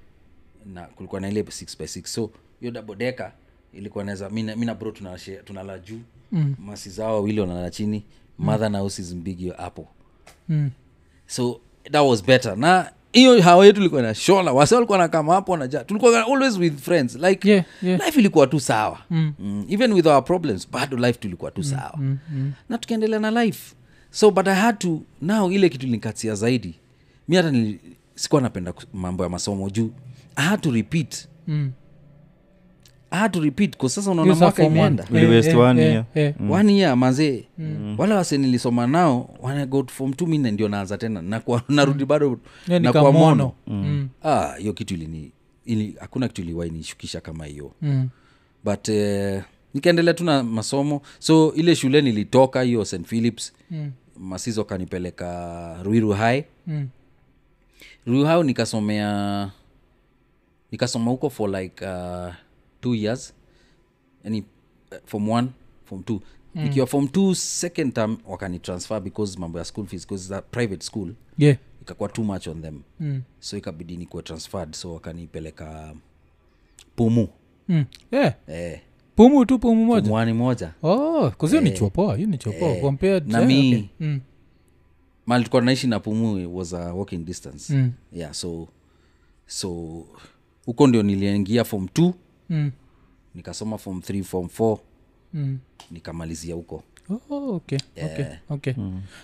na kulikuwa na ile 6 by 6 so hiyo double deka ilikuwa naweza mi na bro tunashe- tunalala juu mm. masi zao wawili wanalala chini mother na usis mbigi hapo Mm. so that was better na hiyo hawa yetu ilikuwa na shola wase walikuwa na kama hapo wanaja tulikuwa always with friends like Yeah, yeah. life ilikuwa tu sawa mm. Mm. even with our problems bado life tulikuwa tu sawa mm, mm. na tukiendelea na life so but i had to now ile kitu linikatia zaidi mi hata nili- sikuwa napenda kus- mambo ya masomo juu i had to repeat Mm. i had to repeat 'cause sasa unaona Hiyo saa mwaka form one. imeenda We waste one year. yeah. mm. one year mazee mm. wala wase nilisoma nao wanago form two mine ndio naanza tena nakuwa narudi [LAUGHS] bado Yeah, ni nakuwa kama Yaani mono. mono Mm. Ah, hiyo kitu ilini ili, hakuna kitu iliwainishukisha kama hiyo Mm. but uh, nikaendelea tu na masomo so ile shule nilitoka hiyo st philips Mm. masizo akanipeleka ruiru high Mm. ruiru high nikasomea nikasoma huko for like uh, two years yani eh, form one form two mm. ikiwa form two second term wakanitransfer because mambo ya school fees because it's a private school yeah. ikakuwa too much on them Mm. so ikabidi nikuwe transferred so wakanipeleka pumu Mm. yeah. eh, pumu tu pumu moja mwani moja oh, kuzio ni chopoa hiyo ni chopoa compared na eh, mi- okay. mm. mali tulikuwa naishi na pumu was a walking distance Mm. yeah so so huko ndio niliingia form t Mm. nikasoma form 3 form 4 Mm. nikamalizia huko Oh, okay, okay, okay.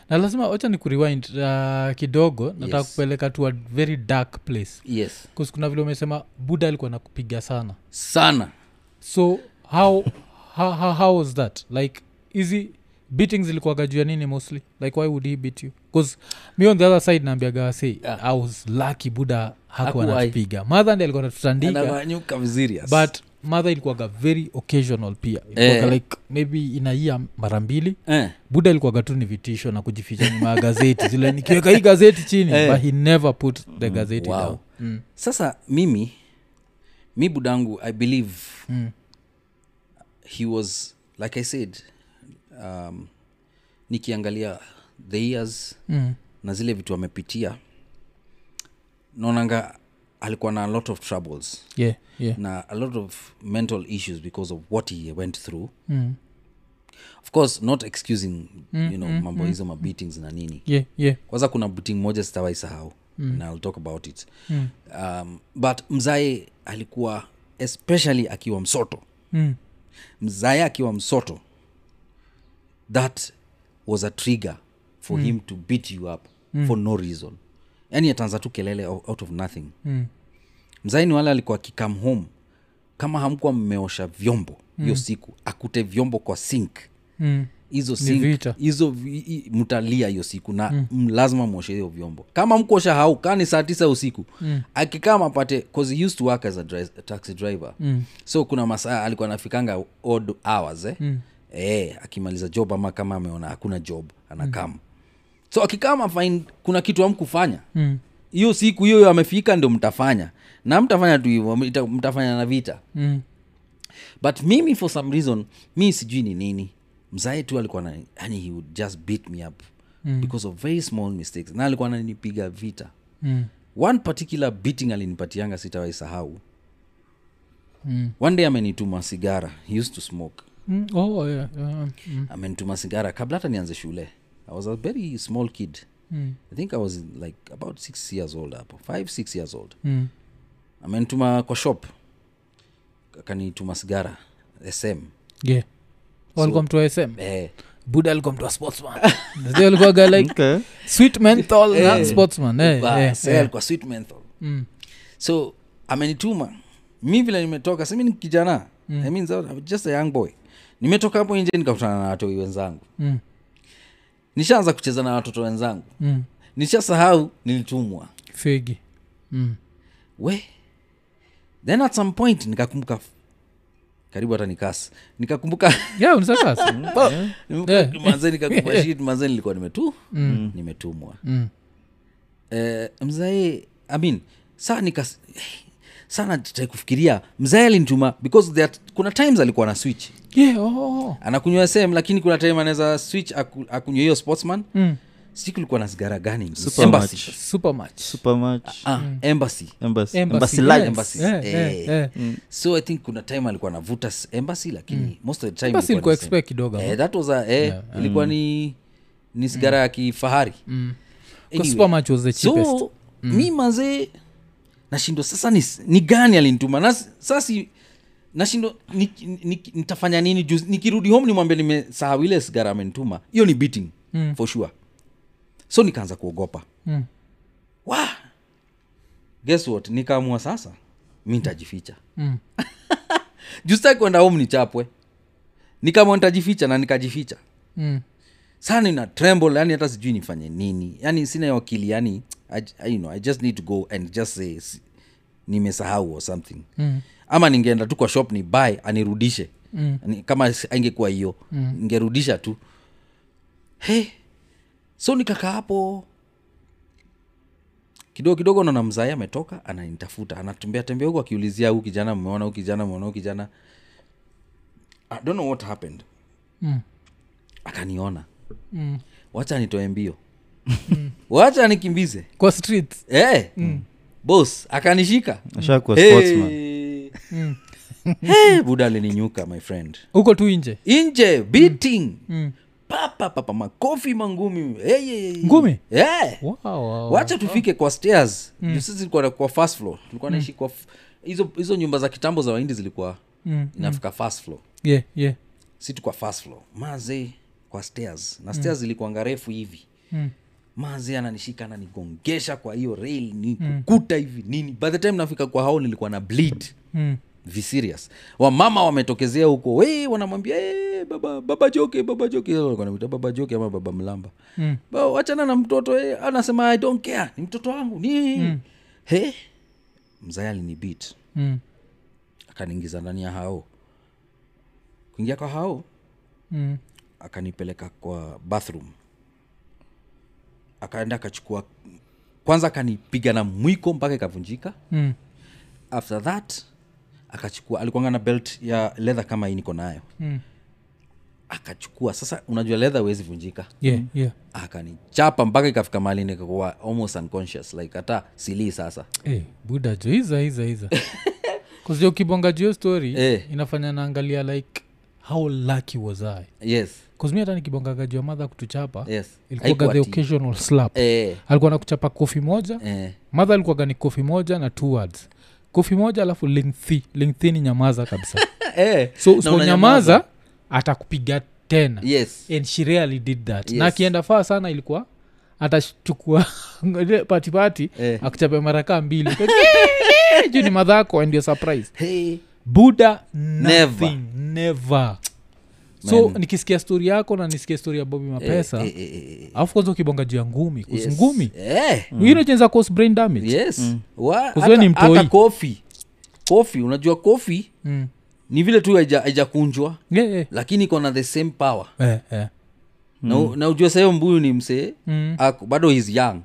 na lazima wacha ni kuriwind uh, kidogo nataka Yes. kupeleka to a very dark place yes bcause kuna vile umesema buda alikuwa nakupiga sana sana so how, [LAUGHS] how, how, how was that like hizi beatings ilikuwaga juu ya nini mostly like why would he beat you bcause mi on the other side naambiaga wasi yeah. i was lucky buda hakuwa Hakuwahi. natupiga madha ndi alikuwa natutandika Anagawanyuka vizuri, yes. but mother ilikuwaga very occasional pia Eh. eh. like maybe inaia mara mbili eh, buda ilikuwaga tu ni vitisho na kujificha nyuma ya gazeti zile nikiweka hii gazeti chini Eh. but he never put the gazeti wow. down mm. sasa mimi mi budangu i believe Mm. he was like i said um, nikiangalia the years Mm. na zile vitu amepitia naonanga alikuwa na a lot of troubles Yeah, yeah. na a lot of mental issues because of what he went through Mm. of course not excusing you know mm, mambo hizo mabeatings na nini Yeah, yeah. kwanza kuna beating moja sitawai sahau mm. and I'll talk about it mm. um, but mzae alikuwa especially akiwa msoto Mm. mzae akiwa msoto that was a trigger for mm. him to beat you up mm. for no reason yani ataanza tu kelele o- out of nothing Mm. mzaini wale alikuwa akikam home kama hamkuwa mmeosha vyombo hiyo siku akute vyombo kwa sink Mm. hizo Ni sink, vita. hizo vi- i- mtalia hiyo siku na mm. lazima mwoshe hiyo vyombo kama mkuosha haukani saa tisa usiku mm. akikama apate 'cause he used to work as a dri- taxi driver mm. so kuna masaa alikuwa anafikanga odd hours eh? mm. e, akimaliza job ama kama ameona hakuna job anakama mm. so akikama fine kuna kitu amkufanya Mm. hiyo siku hiyo amefika ndio mtafanya na mtafanya tu hivyo mta- mtafanya na vita Mm. but mimi for some reason mi sijui ni nini mzae tu alikuwa na yani he would just beat me up mm. because of very small mistakes na alikuwa ananipiga vita Mm. one particular beating alinipatianga sitawai sahau mm. one day amenituma sigara he used to smoke Mm. Oh, yeah, yeah. Mm. amenituma sigara kabla hata nianze shule i was a very small kid Mm. i think i was like about six years old hapo five six years old Mm. amenituma kwa shop akanituma sigara sm Yeah. walikuwa mtu wa sm eh, buda alikuwa mtu wa [LAUGHS] sportsman Mzee alikuwaga like Okay. sweet menthol na sportsman eh, ba- eh, sasa eh. alikuwa sweet menthol Mm. so amenituma mi vile nimetoka simi ni kijana mm. i mean I was just a young boy nimetoka hapo nje nikakutana na watoi wenzangu Mm. nishaanza kucheza na watoto wenzangu Mm. nishasahau nilitumwa fegi mm. we then at some point nikakumbuka f- karibu hata nikasi nikakumbuka yeah, unisakasi Mm. Yeah. manze [LAUGHS] nikakumbuka shit manze nilikuwa nimetu nimetumwa Eh. Mm. eh, mzae I mean, saa nikas sana tai kufikiria mzae alinituma because there, kuna times alikuwa na switch yeah, oh, oh, oh. anakunywa sm lakini kuna time anaweza switch aku, akunywa hiyo sportsman Mm. si kulikuwa na sigara gani Super Embassy. much. super much supermatch Ah, embassy Embassy, embassy embassy Mm. yes. lights Embassy. Yeah, yeah, Eh. yeah. Mm. so i think kuna time alikuwa anavuta s- embassy lakini most of the time basi ilikuwa Mm. ni same. ilikuwa expect kidogo eh, that was a, eh, ilikuwa ni ni sigara ya kifahari Anyway, supermatch was the cheapest so Mm. mi manzee nashindwa sasa ni, ni gani alinituma na s- sasa si- nashindwa ni- ni- ni- nitafanya nini juu nikirudi home nimwambia nimesahau ile sigara amenituma hiyo ni beating mm. for sure so nikaanza kuogopa Mm. wa guess what nikaamua sasa mi ntajificha Mm. [LAUGHS] juu sitaki kwenda home nichapwe nikaamua nitajificha na nikajificha Mm. sana nina tremble yani hata sijui nifanye nini yani sina hiyo akili yani I, I, you know, i just need to go and just say s- nimesahau or something Mm. ama ningeenda tu kwa shop ni buy anirudishe Mm. Ni- kama s- aingekuwa hiyo mm. ningerudisha tu he so nikakaa hapo kidogo kidogo naona mzae ametoka ananitafuta anatembea tembea huku akiulizia huu kijana mmeona huu kijana mmeona huu kijana i don't know what happened Mm. akaniona Mm. wacha nitoe [LAUGHS] mbio wacha nikimbize kwa street hey, Mm. bos akanishika ashakuwa Eh. sportsman hey. Mm. [LAUGHS] hey, buda alininyuka my friend huko tu nje inje beating Mm. papa papa makofi mangumi hey, hey, hey. Ngumi? hey. wow, wow. wacha tufike kwa stairs mm. sisi tulikuwa na- kwa first floor tulikuwa naishi kwa f- hizo hizo nyumba za kitambo za waindi zilikuwa Mm. inafika first floor yeah, yeah. situ kwa first floor maze kwa stairs na stairs mm. ilikuanga refu hivi Mm. maze ananishika ananigongesha kwa hiyo rail Mm. ni kukuta hivi nini by the time nafika kwa hao nilikuwa na bleed Mm. viserious wamama wametokezea huko we wanamwambia "Eh, baba baba joke baba joke Hao walikuwa wanamwita baba joke ama baba mlamba Mm. Ba- wachana na mtoto eh, anasema i don't care ni mtoto wangu ni he mzae alinibit Mm. akaniingiza ndani ya hao kuingia kwa hao Mm. akanipeleka kwa bathroom akaenda akachukua kwanza akanipiga na mwiko mpaka ikavunjika Mm. after that akachukua alikuanga na belt ya leather kama hii niko nayo Mm. akachukua sasa unajua leather huwezi vunjika yeah, yeah. akanichapa mpaka ikafika mahali nikakuwa almost unconscious like hata silii sasa Eh, buda jo iza iza [LAUGHS] iza kuzia ukibonga juu hiyo story Eh. inafanya naangalia like how lucky was i yes kuzmi hata nikibongaga juu ya madha kutuchapa yes ilikuwaga the Haikuwa ati- occasional slap eh, alikuwa nakuchapa kofi moja eh, madha alikuwaga ni kofi moja na two words kofi moja alafu lengthi lengthi ni [LAUGHS] nyamaza kabisa eh, so na usiponyamaza atakupiga tena yes and she really did that Yes. na akienda faa sana ilikuwa atachukua ile patipati Eh. akuchape marakaa mbili eh, juu ni madhako and your surprise hey, buda Never. nothing, never so Man. nikisikia stori yako na nisikia stori ya bobi mapesa eh, eh, eh, eh, alafu kwanza ukibonga juu ya ngumi kuhusu yes. ngumi eh, wengine chenza cause brain damage yes Wa- Kuzua hata- Mm. ni mtoi. hata kofi kofi unajua kofi Mm. ni vile tu haija- haijakunjwa Yeah, yeah. lakini iko na the same power Eh, eh. na, u- na ujue sahiyo mbuyu ni msee Mm. ako- bado is young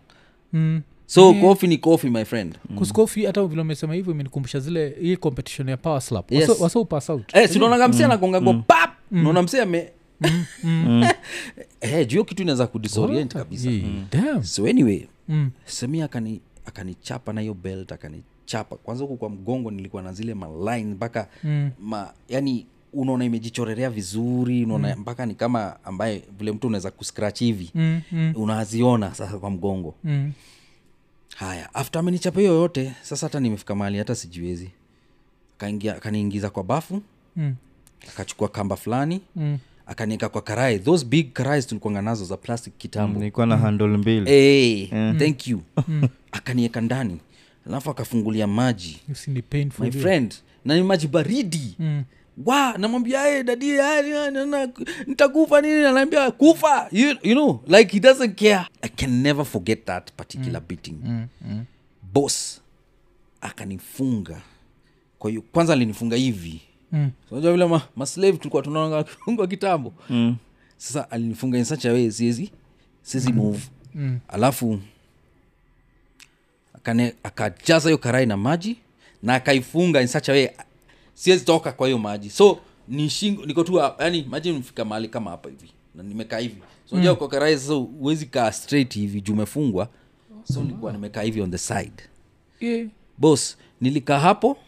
Mm. so kofi ni kofi my friend kuskofi hata vile umesema hivyo imenikumbusha zile hii competition ya power slap Yes. Waso- waso pass out eh, sinaonaga Mm. msee anagongagwa pap naona msee ame [LAUGHS] Eh, juu hiyo kitu inaweza kudisorient kabisa Mm. Yee, damn. so anyway Mm. semia akani akanichapa na hiyo belt akanichapa kwanza huku kwa mgongo nilikuwa na zile malin mpaka mm. ma, yani unaona imejichorerea vizuri unaona mm. mpaka ni kama ambaye vile mtu unaweza kuscratch hivi Mm, mm, unaziona sasa kwa mgongo mm. haya after amenichapa hiyo yote sasa hata nimefika mahali hata sijiwezi Akaingia- akaniingiza kwa bafu Mm. akachukua kamba fulani Mm. akanieka kwa karai those big karais tulikuanga nazo za plastic kitambo nilikuwa na handle Eh. mbili hey, thank you akanieka ndani alafu akafungulia maji You see ni painful my view. friend na ni maji baridi Mm. wa namwambia "Hey, dadi hey, na- na- nitakufa nini anaambia kufa you, you know like he doesn't care i can never forget that particular beating mm. boss akanifunga kwa hiyo kwanza alinifunga hivi mm. unajua vile ma, maslave tulikuwa tunaona kifungwa kitambo mm. sasa alinifunga in such a way siezi siezi move mm. alafu akane- akajaza hiyo karai na maji na akaifunga in such a way siwezi toka kwa hiyo maji so ni shingo niko tu hapa, yani maji nimefika mahali kama hapa hivi na nimekaa hivi so mm. kwa karai sasa huwezi kaa straight hivi juu umefungwa so nilikuwa Mm. nimekaa hivi on the side Yeah. bos nilikaa hapo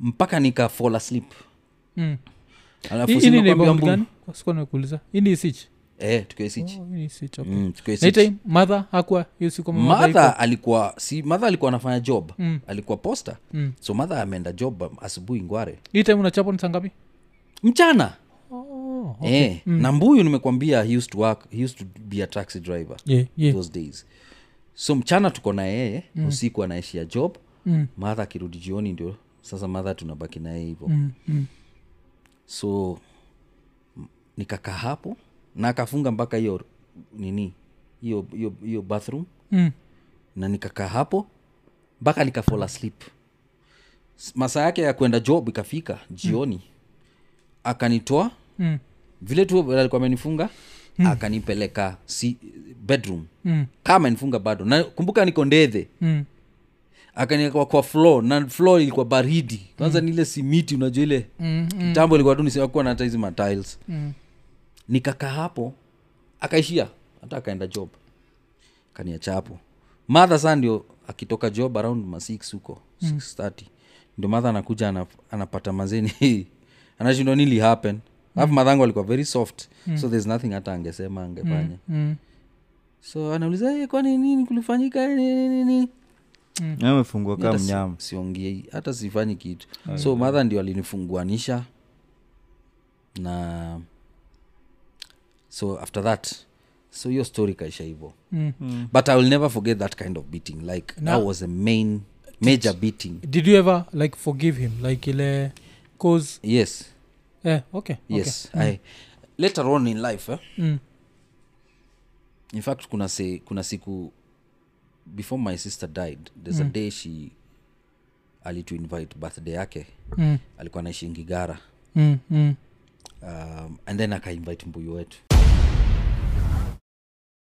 nika nikafall asleep Mm. alafu Hii- hii sina ni kuambia rebound mbu- gani Sikuwa nakuuliza. Hii ni Isich? eh tukiwa Isich. Oh, hii ni Isich, okay. Mm, tukiwa Na hii Isich. time, mother hakuwa hiyo siku kama mother madha alikuwa si madha alikuwa anafanya job mm. alikuwa posta mm. so madha ameenda job um, asubuhi ngware iko- hii time unachapwa ni saa ngapi mchana oh. eh, na mbuyu nimekwambia he used to work he used to be a taxi driver yeah, yeah. those days so mchana tuko na yeye mm. usiku anaishia job mm. madha akirudi jioni ndio sasa madha tunabaki naye hivo mm. Mm. so m- nikakaa hapo na akafunga mpaka hiyo nini hiyo hiyo hiyo bathroom Mm. na nikakaa hapo mpaka nikafall asleep S- masaa yake ya kwenda job ikafika jioni akanitoa Mm. vile tu alikuwa amenifunga akanipeleka si, bedroom Mm. kama nifunga bado na kumbuka niko ndethe Mm. akaniekwa kwa floor na floor ilikuwa baridi kwanza mm. nile simiti unajua ile Mm. Mm. kitambo ilikuwa tu nisiakuwa na hata hizi matiles Mm. nikakaa hapo akaishia hata akaenda job kaniacha hapo madha saa ndio akitoka job around ma six huko mm. 630 ndio madha anakuja ana, anapata mazeni [LAUGHS] anashindwa nili happen alafu mm. madhangu alikuwa very soft mm. so there's nothing hata angesema angefanya mm Mm. so anauliza "Eh, kwani nini kulifanyika Eh, nini nini amefungua kaa mnyama siongie hata sifanyi kitu so madha ndio alinifunguanisha na so after that so hiyo story kaisha hivo Mm. but i will never forget that kind of beating like Na- that was a main major beating did you ever like forgive him like ile cause yes eh, okay yes I, later on in life eh? okay. Mm. in fact kuna, se, kuna siku before my sister died there's Mm. a day she alituinvite birthday yake Mm. alikuwa naishi ngigara Mm. Mm. um, and then akainvite mbuyu wetu